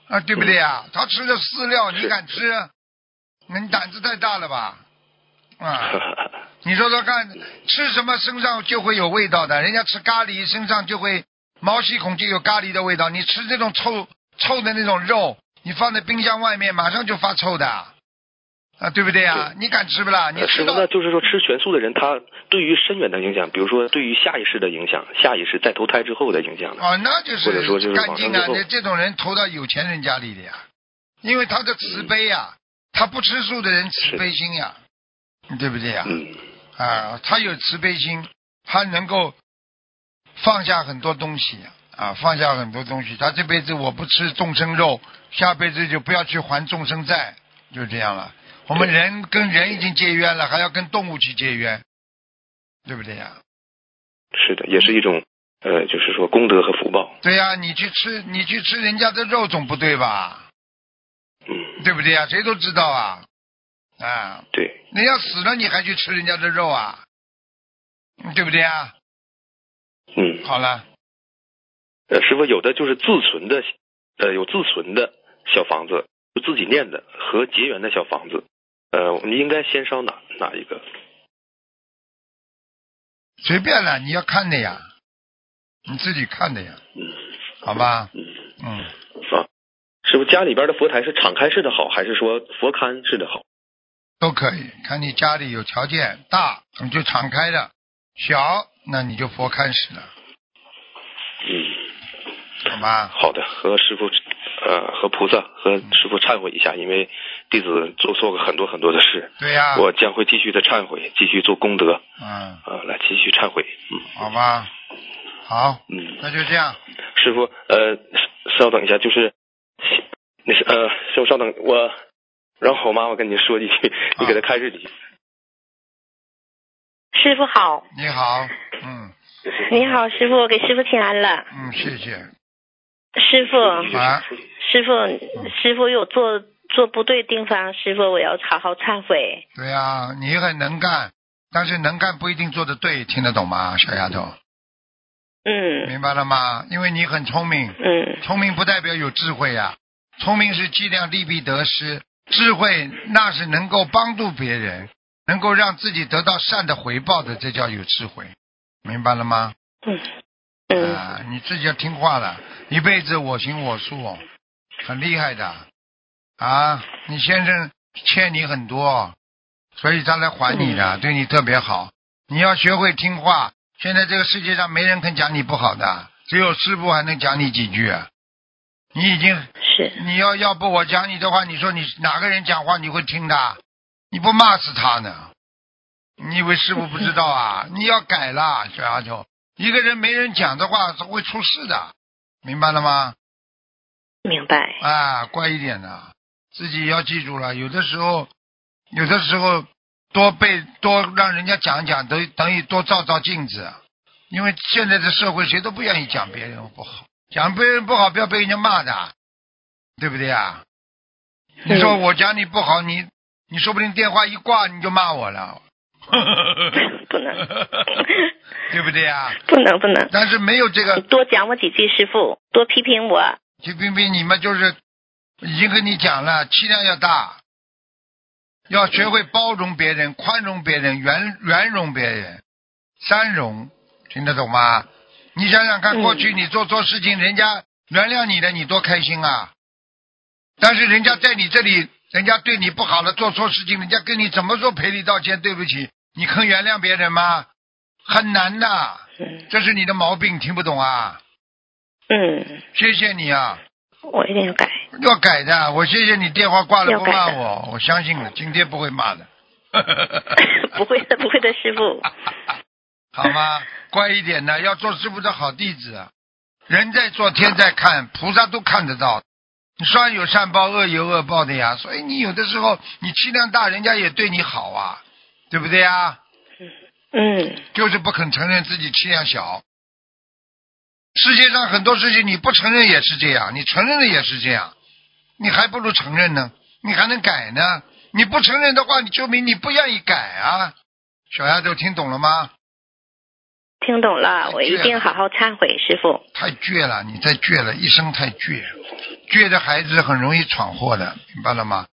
啊，对不对啊？它吃的饲料你敢吃？那你胆子太大了吧？啊，你说说看，吃什么身上就会有味道的？人家吃咖喱身上就会毛细孔就有咖喱的味道。你吃这种臭臭的那种肉，你放在冰箱外面，马上就发臭的，啊，对不对啊？你敢吃不啦？你
呃师
吃
傅，
到
那就是说吃全素的人，他对于深远的影响，比如说对于下意识的影响，下意识再投胎之后的影响呢，
哦，那就
或者说就是是
干
往
净
上
啊！
之后
这这种人投到有钱人家里的呀，因为他的慈
嗯
悲呀、他不吃素的人慈悲心呀，对不对呀？
嗯
啊，他有慈悲心，他能够放下很多东西啊，放下很多东西。他这辈子我不吃众生肉，下辈子就不要去还众生债，就这样了。我们人跟人已经结冤了，还要跟动物去结冤，对不对呀、
是的，也是一种呃，就是说功德和福报。
对呀、你去吃你去吃人家的肉总不对吧？
嗯，
对不对呀、谁都知道啊，啊，
对，
人家死了你还去吃人家的肉啊，对不对啊？
嗯，
好了，
呃，师傅有的就是自存的，呃，有自存的小房子，就自己念的和结缘的小房子。呃，我们应该先烧哪哪一个？
随便了，你要看的呀，你自己看的呀，
嗯
好吧？
嗯，
嗯，
啊。师傅家里边的佛台是敞开式的好，还是说佛龛式的好？
都可以。看你家里有条件大，你就敞开的；小，那你就佛龛式的，
嗯，
好吧？
好的，和师傅，呃，和菩萨和师傅忏悔一下，因为弟子做错过很多很多的事，
对呀、
我将会继续的忏悔，继续做功德，
嗯，
啊，来继续忏悔。嗯
好吧，好，
嗯，
那就这样。
师傅，呃，稍等一下，就是，那是呃，师傅稍等我，然后我妈妈跟您说几句，
啊
你给她开示几句。
师傅好，
你好，嗯
你好，师傅，给师傅请安了。
嗯，谢谢。
师傅，
啊，
师傅，师傅有做做不对地方，师傅我要好好忏悔。
对呀、你很能干，但是能干不一定做得对，听得懂吗，小丫头？
嗯
明白了吗？因为你很聪明，
嗯
聪明不代表有智慧呀、聪明是计量利弊得失，智慧那是能够帮助别人，能够让自己得到善的回报的，这叫有智慧，明白了吗？
嗯嗯
啊，你自己要听话了，一辈子我行我素，很厉害的啊！你先生欠你很多，所以他来还你的，对你特别好。你要学会听话，现在这个世界上没人肯讲你不好的，只有师傅还能讲你几句。你已经
是
你要要不我讲你的话，你说你哪个人讲话你会听的？你不骂死他呢？你以为师傅不知道啊？你要改啦，小丫头。一个人没人讲的话，他会出事的，明白了吗？
明白
啊，乖一点呐，自己要记住了。有的时候，有的时候多被多让人家讲讲，等于等于多照照镜子。啊因为现在的社会，谁都不愿意讲别人不好，讲别人不好不要被人家骂的，啊对不对啊？你说我讲你不好，你你说不定电话一挂你就骂我了，
[LAUGHS]
[LAUGHS]
不能
对不对啊？
[LAUGHS] 不能不能，
但是没有这个
你多讲我几句，师傅多批评我。
就冰冰，你们就是已经跟你讲了，气量要大，要学会包容别人、宽容别人、圆圆融别人，三容，听得懂吗？你想想看，
嗯
过去你做错事情，人家原谅你的，你多开心啊！但是人家在你这里，人家对你不好了，做错事情，人家跟你怎么说赔礼道歉、对不起，你肯原谅别人吗？很难的，
嗯
这是你的毛病，听不懂啊！
嗯，
谢谢你啊！
我一定要改。
[LAUGHS] 要改的，我谢谢你电话挂了
要
不
改的嗯
骂我，我相信了，今天不会骂的，
[LAUGHS]
[LAUGHS]
不会的，不会的，师傅。
好吗？乖一点的，要做师傅的好弟子。啊人在做，天在看，菩萨都看得到。你善有善报，恶有恶报的呀。所以你有的时候你气量大，人家也对你好啊，对不对呀？
嗯
就是不肯承认自己气量小。世界上很多事情你不承认也是这样，你承认了也是这样，你还不如承认呢，你还能改呢。你不承认的话，你就明你不愿意改啊。小丫头听懂了吗？
听懂
啊
了，我一定好好忏悔，师傅。
太倔了，你再倔了，一生太倔，倔的孩子很容易闯祸的，明白了吗？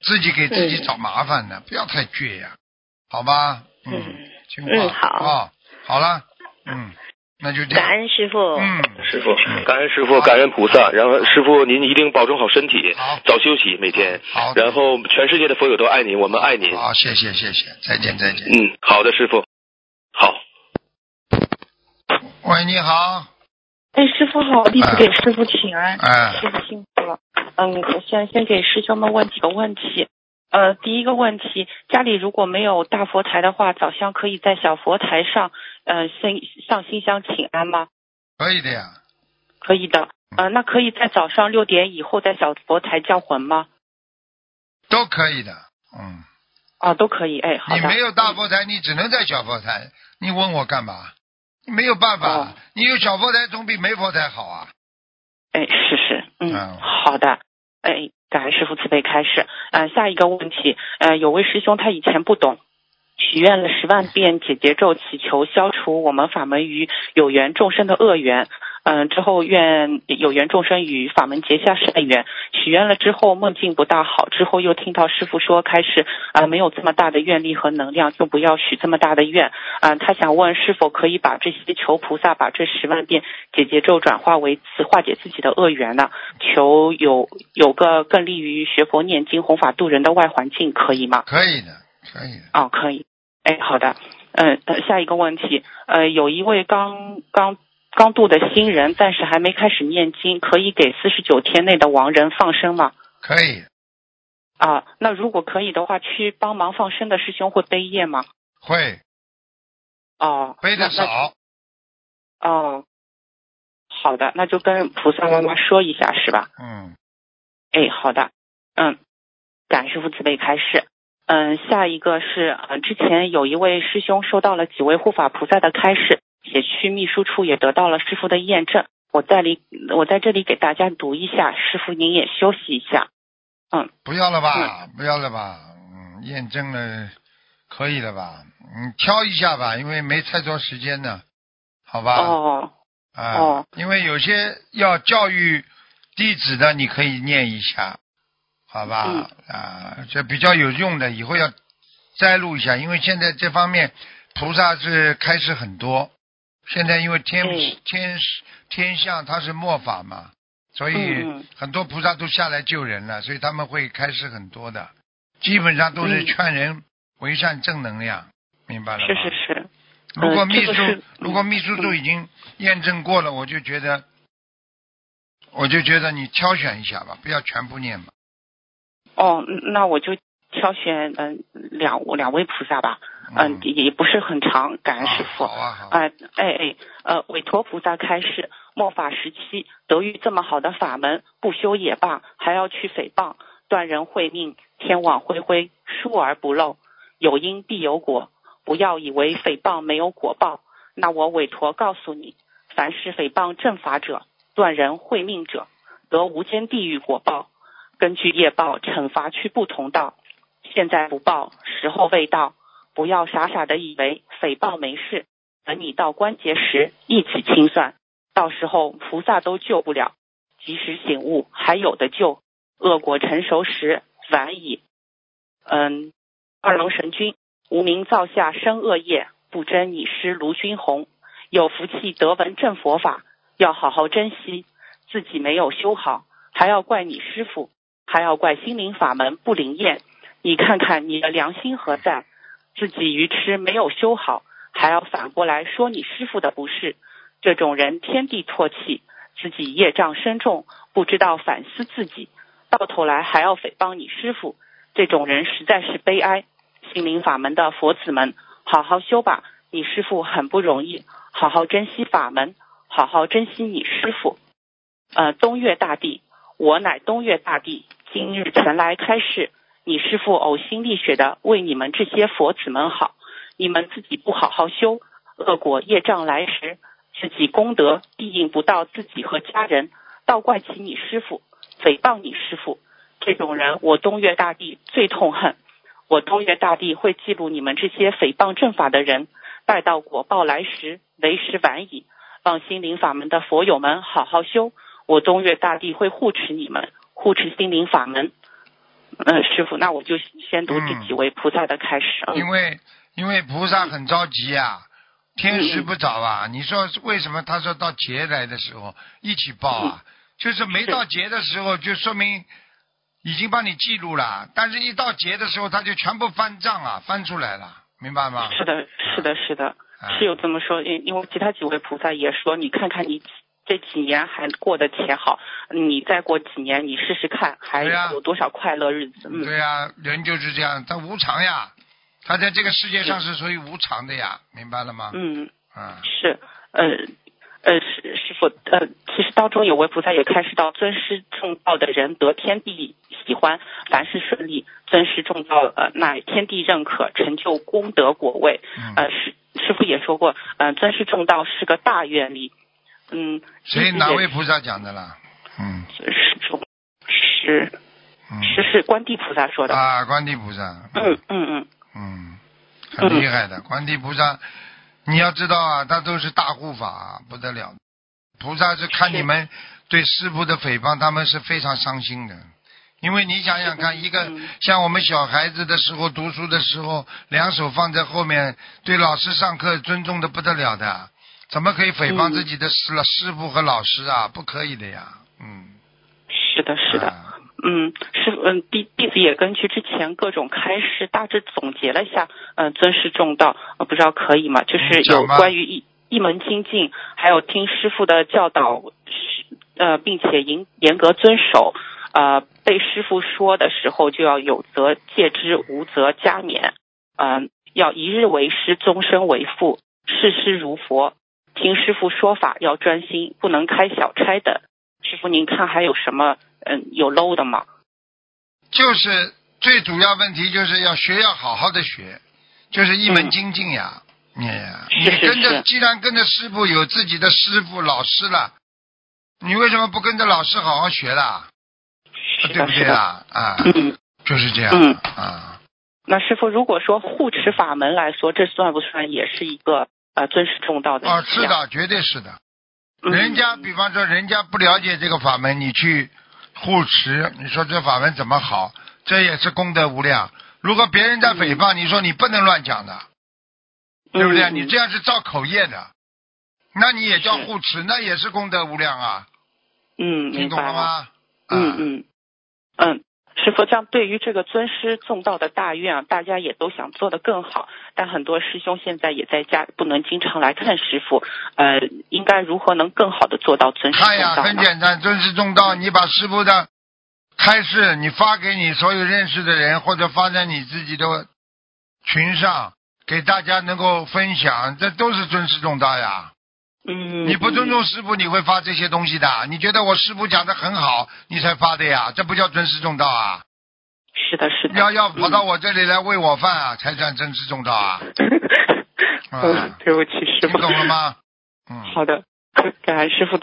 自己给自己
嗯
找麻烦的，不要太倔呀，好吧？嗯，
嗯，
听话
嗯好
啊，好了，嗯，那就这
感
样，
恩师傅。
嗯，
师傅，感恩师傅，感恩菩萨。然后师傅，您一定保重好身体，
好，
早休息每天。
好，
然后全世界的佛友都爱您，我们爱您。
好，谢谢谢谢，再见再见。
嗯，好的，师傅，好。
喂，你好，
哎，师傅好，弟子给师傅请安，
哎，
师傅辛苦了。嗯，我先先给师兄们问几个问题。呃，第一个问题，家里如果没有大佛台的话，早香可以在小佛台上，呃，先上新香请安吗？
可以的呀，
可以的。呃，那可以在早上六点以后在小佛台叫魂吗？
都可以的，嗯，
啊，都可以。哎，好
你
的。
没有大佛台，你只能在小佛台，你问我干嘛？没有办法，
哦
你有小佛台总比没佛台好啊。
哎，是是，嗯，
嗯
好的，哎，感恩师傅慈悲开示。呃，下一个问题，呃，有位师兄他以前不懂，许愿了十万遍解结咒，祈求消除我们法门与有缘众生的恶缘。嗯、之后愿有缘众生与法门结下善缘。许愿了之后梦境不大好，之后又听到师傅说开始啊、没有这么大的愿力和能量，就不要许这么大的愿。啊、他想问是否可以把这些求菩萨把这十万遍解结咒转化为慈化解自己的恶缘呢？求有有个更利于学佛念经弘法度人的外环境，可以吗？
可以的，可以的。
哦，可以。哎，好的。嗯、呃，下一个问题，呃，有一位刚刚刚度的新人，但是还没开始念经，可以给四十九天内的亡人放生吗？
可以
啊，那如果可以的话，去帮忙放生的师兄会背业吗？
会
哦，
背的
那那
少，
哦，好的，那就跟菩萨妈妈说一下，是吧？
嗯，
哎，好的，嗯，感恩师傅慈悲开示。嗯，下一个是呃，之前有一位师兄收到了几位护法菩萨的开示，且去秘书处也得到了师傅的验证。我在里，我在这里给大家读一下，师傅您也休息一下。
不要了吧，不要了吧，嗯，验证了，可以了吧？嗯，挑一下吧，因为没太多时间呢，好吧？
哦，
啊、
哦
因为有些要教育弟子的，你可以念一下，好吧？
嗯
啊，这比较有用的，以后要摘录一下，因为现在这方面菩萨是开始很多。现在因为天、
嗯
天天象它是末法嘛，所
嗯
以
嗯
很多菩萨都下来救人了，所以他们会开始很多的，基本上都是
嗯
劝人为善正能量，明白了吗？
是是是，
如果
呃
秘
这个
书、
是
如果秘书都已经验证过了，我就觉得，我就觉得你挑选一下吧，不要全部念吧。
哦，嗯那我就挑选嗯、两两位菩萨吧，嗯、也也不是很长，感恩师傅。
啊好啊好啊，
啊、哎哎，呃，委托菩萨开示，末法时期得遇这么好的法门，不修也罢，还要去诽谤，断人慧命，天网恢恢，疏而不漏，有因必有果，不要以为诽谤没有果报。那我委托告诉你，凡是诽谤正法者，断人慧命者，得无间地狱果报。根据业报惩罚去不同道，现在不报，时候未到。不要傻傻的以为诽谤没事，等你到关节时一起清算，到时候菩萨都救不了。及时醒悟，还有的救。恶果成熟时，晚矣。嗯，二龙神君，无名造下生恶业，不争已失卢君红。有福气得闻正佛法，要好好珍惜。自己没有修好，还要怪你师傅，还要怪心灵法门不灵验。你看看你的良心何在？自己愚痴没有修好，还要反过来说你师傅的不是，这种人天地唾弃，自己业障深重，不知道反思自己，到头来还要诽谤你师傅，这种人实在是悲哀。心灵法门的佛子们，好好修吧，你师傅很不容易，好好珍惜法门，好好珍惜你师傅。呃，东岳大帝，我乃东岳大帝，今日前来开示，你师父呕心沥血的为你们这些佛子们好，你们自己不好好修，恶果业障来时，自己功德必应不到自己和家人，倒怪起你师父，诽谤你师父，这种人我东岳大帝最痛恨。我东岳大帝会记录你们这些诽谤正法的人，待到果报来时，为时晚矣。让心灵法门的佛友们好好修，我东岳大帝会护持你们，护持心灵法门。嗯，师傅，那我就先读这几位菩萨的开始。
因
嗯
为因为菩萨很着急呀、天时
嗯嗯
不早啊。你说为什么？他说到劫来的时候一起报啊，就是没
嗯是
到劫的时候，就说明已经帮你记录了，但是一到劫的时候，他就全部翻账啊，翻出来了，明白吗？
是的，是的，是的，
啊
是有这么说。因因为其他几位菩萨也说，你看看你这几年还过得且好，你再过几年你试试看，还
对呀
有多少快乐日子？嗯，
对呀、人就是这样，他无常呀，他在这个世界上是属于无常的呀，明白了吗？
嗯。
啊，
是，呃，呃，师师傅，呃，其实当中有位菩萨也开示到，尊师重道的人得天地喜欢，凡事顺利；尊师重道，呃，乃天地认可，成就功德果位。
嗯，
呃，师师傅也说过，呃，尊师重道是个大愿力。嗯，
谁
其实
哪
也
位菩萨讲的啦？嗯
是重是
嗯，
是是观地菩萨说的。
啊，观地菩萨，
嗯嗯嗯，
嗯，很厉害的，观地菩萨，你要知道啊，他都是大护法，不得了，菩萨是看你们对师傅的诽谤，他们是非常伤心的。因为你想想看，一个像我们小孩子的时候，读书的时候，两手放在后面，对老师上课尊重的不得了的，怎么可以诽谤自己的师了师傅和老师啊？不可以的呀，嗯。
是的，是的。
啊
嗯，师傅，嗯，弟弟子也根据之前各种开示，大致总结了一下，嗯、尊师重道，呃不知道可以吗？就是
嗯讲
有
吧
关于一一门精进，还有听师傅的教导，是呃，并且严严格遵守，呃，被师傅说的时候就要有则戒之，无则加勉，嗯、要一日为师，终身为父，视师如佛，听师傅说法要专心，不能开小差等。师傅，您看还有什么嗯有漏的
啊
吗？
就是最主要问题就是要学要好好的学，就是一门
嗯
精进呀。你
是
你
是
跟着
是
既然跟着师傅有自己的师傅老师了，你为什么不跟着老师好好学啦？
是
对
的，
不
是
对
的。
啊？啊，
嗯，
就是这样
嗯
啊。
那师傅，如果说护持法门来说，这算不算也是一个呃尊师重道的？
哦，是，的，绝对是的。
嗯
人家比方说，人家不了解这个法门，你去护持，你说这法门怎么好？这也是功德无量。如果别人在诽谤，你说你不能乱讲的，对不对？
嗯
你这样是造口业的，那你也叫
是
护持，那也是功德无量啊。
嗯，
听
明
懂
白
了
了。
吗？
嗯
啊，
嗯嗯，师傅，这样对于这个尊师重道的大愿啊，大家也都想做得更好，但很多师兄现在也在家，不能经常来看师傅，呃，应该如何能更好的做到尊师
看呀，
重道
很
呢？
简单，尊师重道。你把师傅的开示，你发给你所有认识的人，或者发在你自己的群上，给大家能够分享，这都是尊师重道呀。
嗯，
你不尊
嗯
重师傅，你会发这些东西的。你觉得我师傅讲的很好，你才发的呀，这不叫尊师重道啊！
是的，是的，
要要跑到
嗯。
我这里来喂我饭啊，才算尊师重道啊！
[LAUGHS] 嗯，对不起，师
听
傅。
懂了吗？嗯，
好的，感恩师傅。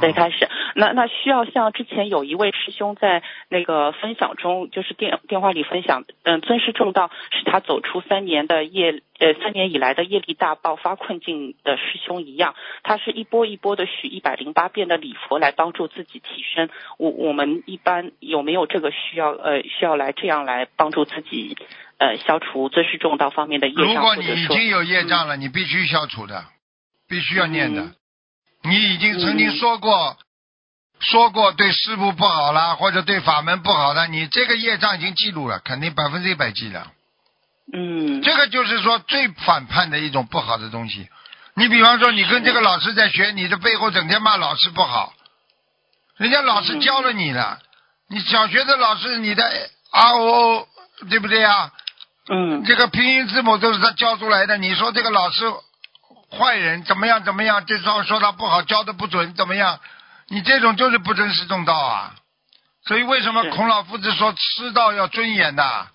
对，开始。那那需要像之前有一位师兄在那个分享中，就是电电话里分享，嗯，尊师重道是他走出三年的业，呃，三年以来的业力大爆发困境的师兄一样，他是一波一波的许一百零八遍的礼佛来帮助自己提升。我我们一般有没有这个需要？呃，需要来这样来帮助自己，呃，消除尊师重道方面的业
如
障，
果
或
你
者
已
说，
经有业障了，你必须消除的，必须要念的。
嗯
你已经曾经
嗯
说过，说过对师傅不好啦，或者对法门不好啦，你这个业障已经记录了，肯定百分之一百记了。
嗯，
这个就是说最反叛的一种不好的东西。你比方说，你跟这个老师在学，你的背后整天骂老师不好，人家老
嗯
师教了你了，你小学的老师，你的 R O 对不对啊？
嗯，
这个拼音字母都是他教出来的。你说这个老师坏人怎么样怎么样，这时候说他不好，教的不准怎么样？你这种就是不尊师重道啊！所以为什么
是
孔老夫子说师道要尊严的，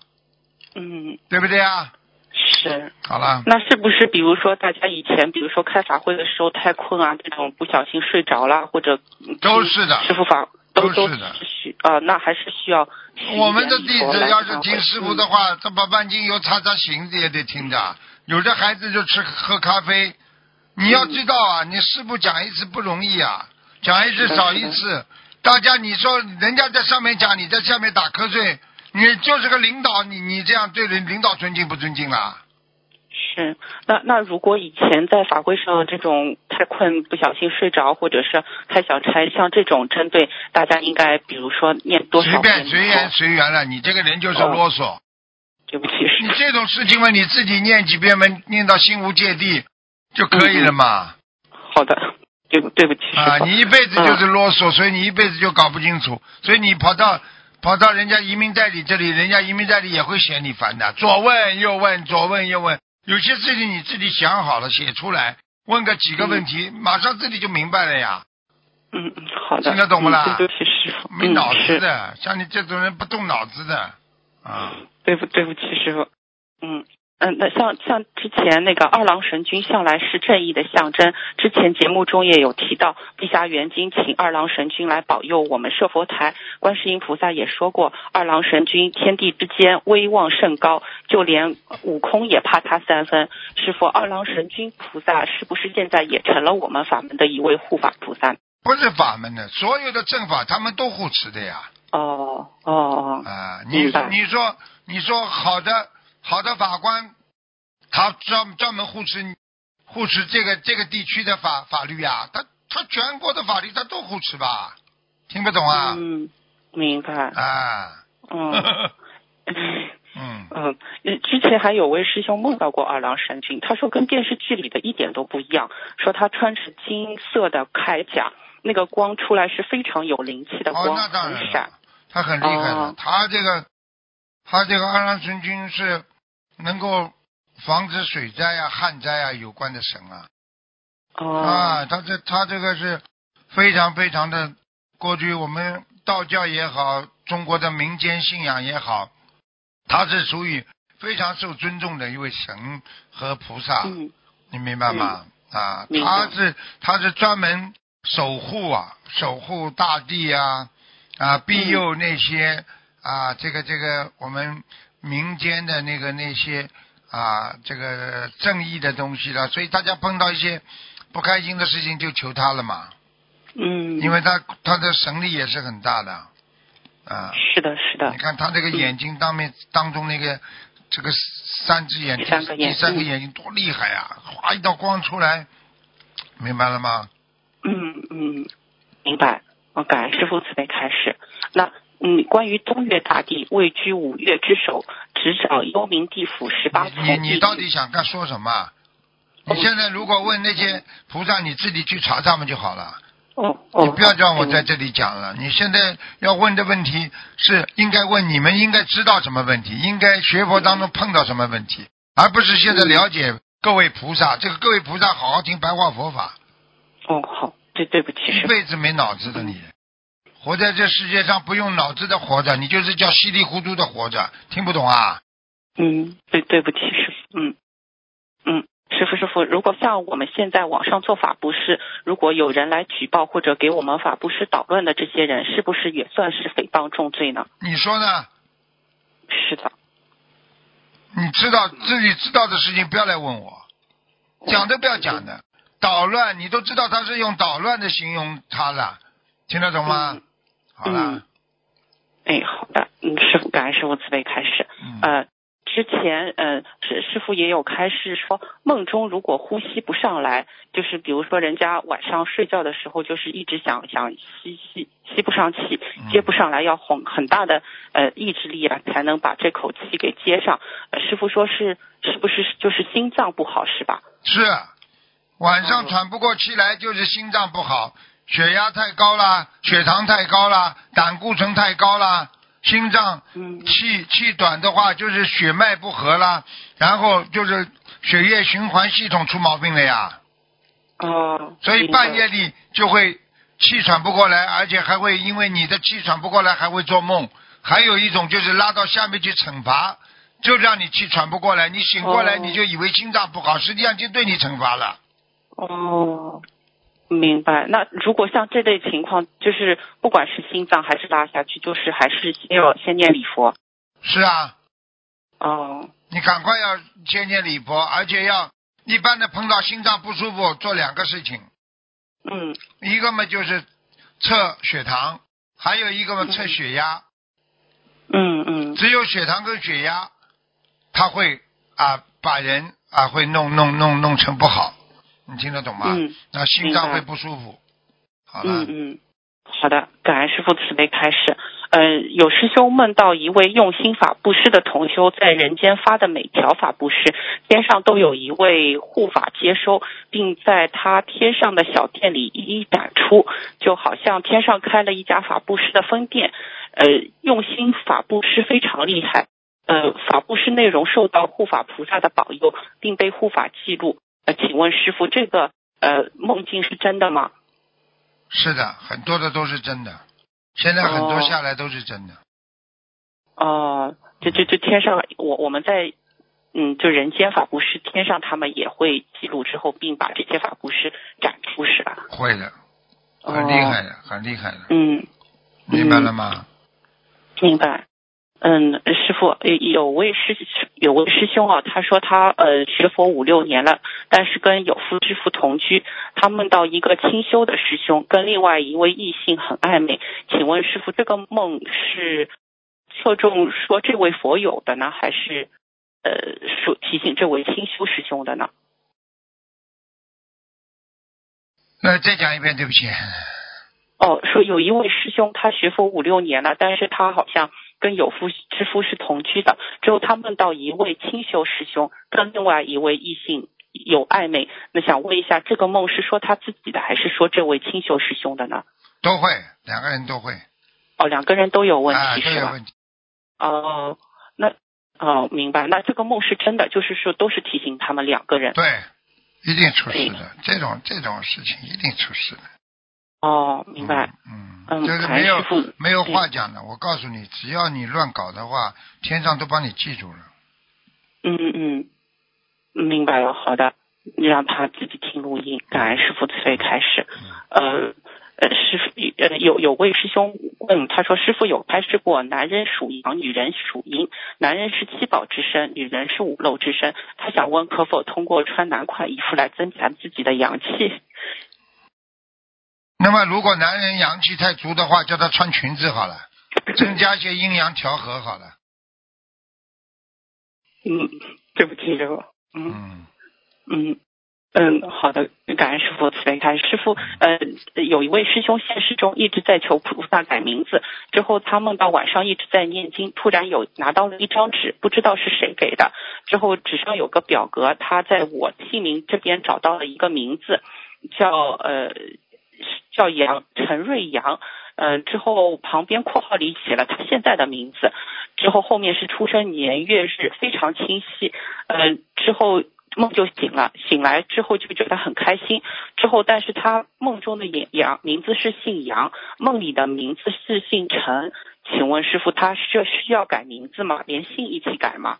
嗯，
对不对啊？
是。
好了，
那是不是比如说大家以前，比如说开法会的时候太困啊，这种不小心睡着了，或者嗯
都是的
听师傅法都
都
都
是的
需啊、那还是需要
我们的弟
许一点礼佛
子
来
要是
忏悔
听师傅的
嗯
话，他把半斤油擦擦行也得听的。有的孩子就吃喝咖啡，你要知道啊，你师傅讲一次不容易啊，讲一次
是的
少
是
一
的
次。大家你说人家在上面讲，你在下面打瞌睡，你就是个领导，你你这样对人领导尊敬不尊敬啊啦？
是，那那如果以前在法会上这种太困不小心睡着，或者是开小差，像这种针对大家应该，比如说念多
随
少
便
遍
随
以后
缘，随缘了，你这个人就是
哦
啰嗦。
对不起，
你
是
这种事情嘛，你自己念几遍嘛，念到心无芥蒂就可以了嘛。
好的，对不对不起师
啊，
傅，
你一辈子就是
嗯
啰嗦，所以你一辈子就搞不清楚，所以你跑到跑到人家移民代理这里，人家移民代理也会嫌你烦的，左问右问，左问右问，有些事情你自己想好了写出来，问个几个问题，马上自己就明白了呀，
嗯嗯好的，
听得懂不啦
嗯对不起师傅，
没脑
嗯、是
子的，像你这种人不动脑子的，啊，
对不对不起，师傅。嗯，嗯，那像像之前那个二郎神君向来是正义的象征，之前节目中也有提到，碧霞元君请二郎神君来保佑我们设佛台，观世音菩萨也说过，二郎神君天地之间威望甚高，就连悟空也怕他三分。师傅，二郎神君菩萨是不是现在也成了我们法门的一位护法菩萨？
不是法门的，所有的正法他们都护持的呀。
哦哦哦，
啊，你
明白
你说你说好的好的法官，他专专门护持护持这个这个地区的法法律啊，他他全国的法律他都护持吧？听不懂啊？
嗯，明白，
啊， [LAUGHS]
[LAUGHS] 嗯。
嗯，
嗯，呃之前还有位师兄梦到过二郎神君，他说跟电视剧里的一点都不一样，说他穿着金色的铠甲，那个光出来是非常有灵气的
哦，
光，
那当然
很闪
了。，他很厉害的
啊哦，
他这个他这个二郎神君是能够防止水灾啊、旱灾啊有关的神啊。
哦，
啊，他这他这个是非常非常的，过去我们道教也好，中国的民间信仰也好，他是属于非常受尊重的一位神和菩萨，
嗯，
你明白吗？啊，
明白
他是他是专门守护啊，守护大地啊，
嗯
啊，庇佑那些、啊，这个这个我们民间的那个那些啊，这个正义的东西了，所以大家碰到一些不开心的事情就求他了嘛，
嗯，
因为他他的神力也是很大的，啊，
是的，是的
你，看他这个眼睛当面当中那个这个三只眼睛，
第三个眼
第三个眼睛多厉害啊！哗，一道光出来，明白了吗？
嗯嗯，明白。我感恩师父慈悲开始。那嗯，关于东岳大帝位居五岳之首，执掌幽冥地府十八层
你
地
你
狱
到底想干说什么啊？
哦
你现在如果问那些菩萨，你自己去查他们就好了，
哦哦，
你不要让我在
嗯
这里讲了。你现在要问的问题是应该问你们应该知道什么问题，应该学佛当中碰到什么问题，而不是现
嗯
在了解各位菩萨。这个各位菩萨好好听白话佛法，
哦好，对对不起
一
师父，
辈子没脑子的你，活在这世界上不用脑子的活着，你就是叫稀里糊涂的活着，听不懂啊？
嗯，对，对不起，师傅，嗯，嗯，师傅，师傅，如果像我们现在网上做法布施，如果有人来举报或者给我们法布施捣乱的这些人，是不是也算是诽谤重罪呢？
你说呢？
是的，
你知道自己知道的事情不要来问我，讲都不要讲的，捣乱你都知道他是用捣乱的形容他了，听得懂吗？
嗯
好了
嗯，哎，好的，嗯，师傅，感恩师傅慈悲开始。
嗯
呃，之前呃，师师傅也有开示说，梦中如果呼吸不上来，就是比如说人家晚上睡觉的时候，就是一直想想吸吸吸不上气，接不上来，要很很大的呃意志力啊，才能把这口气给接上。呃、师傅说是是不是就是心脏不好是吧？
是晚上
嗯
喘不过气来，就是心脏不好，血压太高啦，血糖太高啦，胆固醇太高啦，心脏
嗯
气气短的话，就是血脉不和啦，然后就是血液循环系统出毛病了呀，
哦，
所以
明白
半夜里就会气喘不过来，而且还会因为你的气喘不过来还会做梦，还有一种就是拉到下面去惩罚，就让你气喘不过来，你醒过来
哦
你就以为心脏不好，实际上就对你惩罚了。
哦。明白。那如果像这类情况，就是不管是心脏还是拉下去，就是还是先要先念礼佛。
是啊，
哦，
你赶快要先念礼佛，而且要一般的碰到心脏不舒服，做两个事情，
嗯，
一个嘛就是测血糖，还有一个嘛测血压。
嗯嗯
只有血糖跟血压，它会啊把人啊会弄弄弄弄成不好，你听得懂吗？
嗯
那心脏
明
会
白
不舒服。好了，
嗯嗯，好的，感恩师傅慈悲开始。呃，有师兄梦到一位用心法布施的同修在人间发的每条法布施，天上都有一位护法接收，并在他天上的小店里一一展出，就好像天上开了一家法布施的分店。呃，用心法布施非常厉害。呃，法布施内容受到护法菩萨的保佑，并被护法记录。呃，请问师傅，这个呃梦境是真的吗？
是的，很多的都是真的，现在很多
哦
下来都是真的。
呃哦，就就就天上，我我们在嗯，就人间法布施，天上他们也会记录之后，并把这些法布施展出，是吧？
会的，哦很厉害
哦
的，很厉害的，
嗯，
明白了吗？
明白。嗯，师傅，呃有位师有位师兄啊，他说他呃学佛五六年了，但是跟有夫之妇同居，他梦到一个清修的师兄跟另外一位异性很暧昧，请问师傅，这个梦是侧重说这位佛友的呢，还是呃说提醒这位清修师兄的呢？
那再讲一遍，对不起，
哦，说有一位师兄，他学佛五六年了，但是他好像跟有夫之夫是同居的。之后他梦到一位清修师兄跟另外一位异性有暧昧，那想问一下，这个梦是说他自己的，还是说这位清修师兄的呢？
都会，两个人都会，
哦，两个人都有问
啊，
题、
都
是
有
吧？
问题，
哦，那哦，明白。那这个梦是真的，就是说都是提醒他们两个人。
对，一定出事的，这种这种事情一定出事的，
哦，明白。
嗯，嗯，
嗯，
就是
感恩
没有
师傅。
没有话讲的，我告诉你，只要你乱搞的话，天上都帮你记住了。
嗯嗯，嗯，明白了，好的，让他自己听录音，感恩师傅慈悲开始。
嗯
呃呃，师傅呃有有位师兄问他说，师傅有开示过，男人属阳，女人属阴，男人是七宝之身，女人是五漏之身，他想问可否通过穿男款衣服来增强自己的阳气？ [COUGHS]
那么，如果男人阳气太足的话，叫他穿裙子好了，增加一些阴阳调和好了。
嗯，对不起，师傅。嗯。
嗯，
嗯，嗯，好的，感恩师傅慈悲开示。师傅，呃，有一位师兄现实中一直在求菩萨改名字，之后他梦到晚上一直在念经，突然有拿到了一张纸，不知道是谁给的。之后纸上有个表格，他在我姓名这边找到了一个名字，叫呃叫杨陈瑞阳。呃，之后旁边括号里写了他现在的名字，之后后面是出生年月日，非常清晰。呃，之后梦就醒了，醒来之后就觉得很开心。之后，但是他梦中的杨杨名字是姓杨，梦里的名字是姓陈。请问师傅，他是需要改名字吗？连姓一起改吗？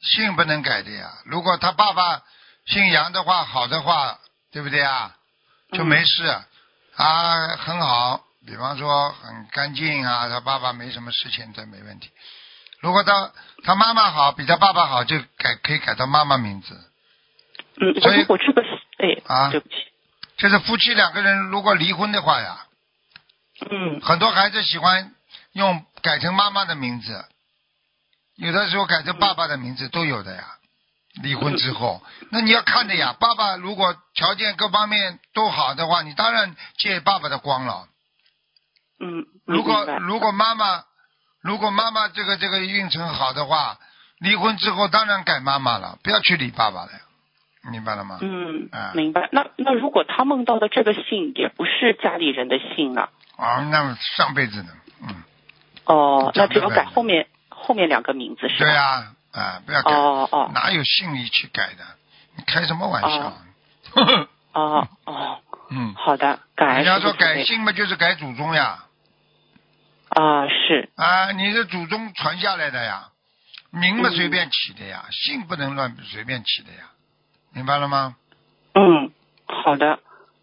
姓不能改的呀。如果他爸爸姓杨的话，好的话，对不对啊？就没事、啊，很好。比方说很干净啊，他爸爸没什么事情，这没问题。如果他他妈妈好，比他爸爸好，就改可以改到妈妈名字。
嗯，
所以
如果这个哎，
啊
对不起，
就是夫妻两个人如果离婚的话呀，
嗯
很多孩子喜欢用改成妈妈的名字，有的时候改成爸爸的名字都有的呀。离婚之
[LAUGHS]
后，那你要看的呀。爸爸如果条件各方面都好的话，你当然借爸爸的光了。
嗯，
如果
明白
如果妈妈如果妈妈这个这个运程好的话，离婚之后当然改妈妈了，不要去理爸爸了，明白了吗？
嗯
啊，
明白。那那如果他梦到的这个姓也不是家里人的姓呢？
啊，那上辈子的，嗯，
哦，那只有
这个
改后面后面两个名字是吧？
对呀、啊，不要改。
哦哦
哪有信力去改的？你开什么玩笑
哦？哦哦，
[LAUGHS] 嗯，
好哎的，感恩
人家
师
说
傅慈
改
悲
姓嘛，就是改祖宗呀，
啊，是
啊，你是祖宗传下来的呀，名嘛
嗯
随便起的呀，姓不能乱随便起的呀，明白了吗？
嗯，好的。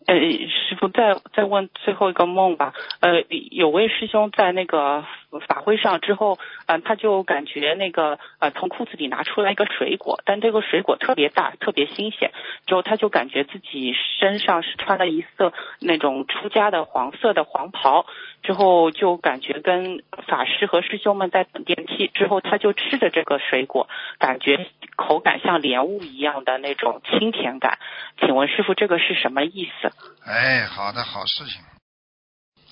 呃，师傅再再问最后一个梦吧。呃，有位师兄在那个法会上之后，嗯、他就感觉那个呃从裤子里拿出来一个水果，但这个水果特别大，特别新鲜。之后他就感觉自己身上是穿了一色那种出家的黄色的黄袍，之后就感觉跟法师和师兄们在等电梯，之后他就吃着这个水果，感觉口感像莲雾一样的那种清甜感。请问师傅，这个是什么意思？
哎，好的，好事情。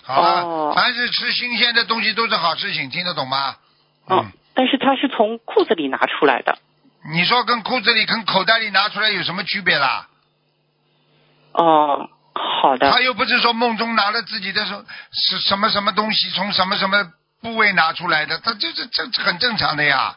好了，
哦
凡是吃新鲜的东西都是好事情，听得懂吗？
嗯，但是它是从裤子里拿出来的。
你说跟裤子里、跟口袋里拿出来有什么区别啦？
哦，好的
他，又不是说梦中拿了自己的手是什么什么东西从什么什么部位拿出来的，他这这这这很正常的呀，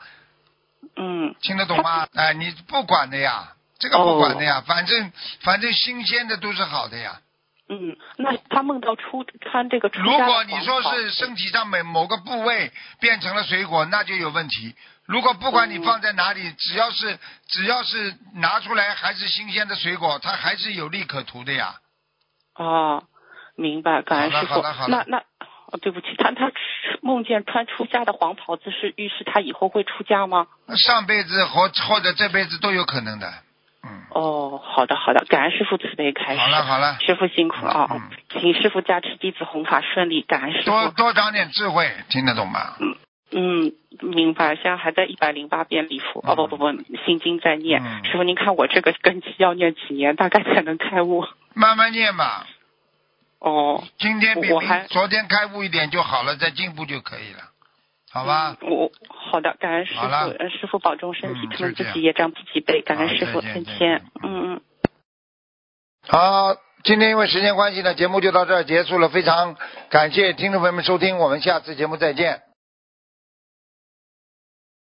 嗯
听得懂吗？哎，你不管的呀，这个不管的呀，反正反正新鲜的都是好的呀。
嗯。那他梦到出穿这个出
如
家的哦
果
黄
你说
袍
是身体上面某个部位变成了水果，那就有问题。如果不管你放在哪里，只要是只要是拿出来还是新鲜的水果，它还是有利可图的呀。
哦，明白，感恩
好了
师
好
傅
了好。了
那那、哦，对不起，他他梦见穿出家的黄袍子，是预示他以后会出家吗？
上辈子或或者这辈子都有可能的。嗯，
哦，好的好的，感恩师傅慈悲开示。
好了好了，
师傅辛苦啊、
嗯
请师傅加持弟子弘法顺利，感恩师
多
傅。
多长点智慧，听得懂吗？
嗯，明白。现在还在一百零八遍礼佛，哦不不不，心经在念。
嗯
师傅，您看我这个根基要念几年，大概才能开悟？
慢慢念吧，
哦，
今天比
我
明
还
昨天开悟一点就好了，再进步就可以了，好吧？
嗯我好的，感恩师傅，
好了
呃师傅保重身体
嗯，
他们
再
自
见
己业障自己背，感恩
好
师傅，
再
再
见再
见
见。
嗯嗯。
好，今天因为时间关系呢，节目就到这儿结束了。非常感谢听众朋友们收听，我们下次节目再见。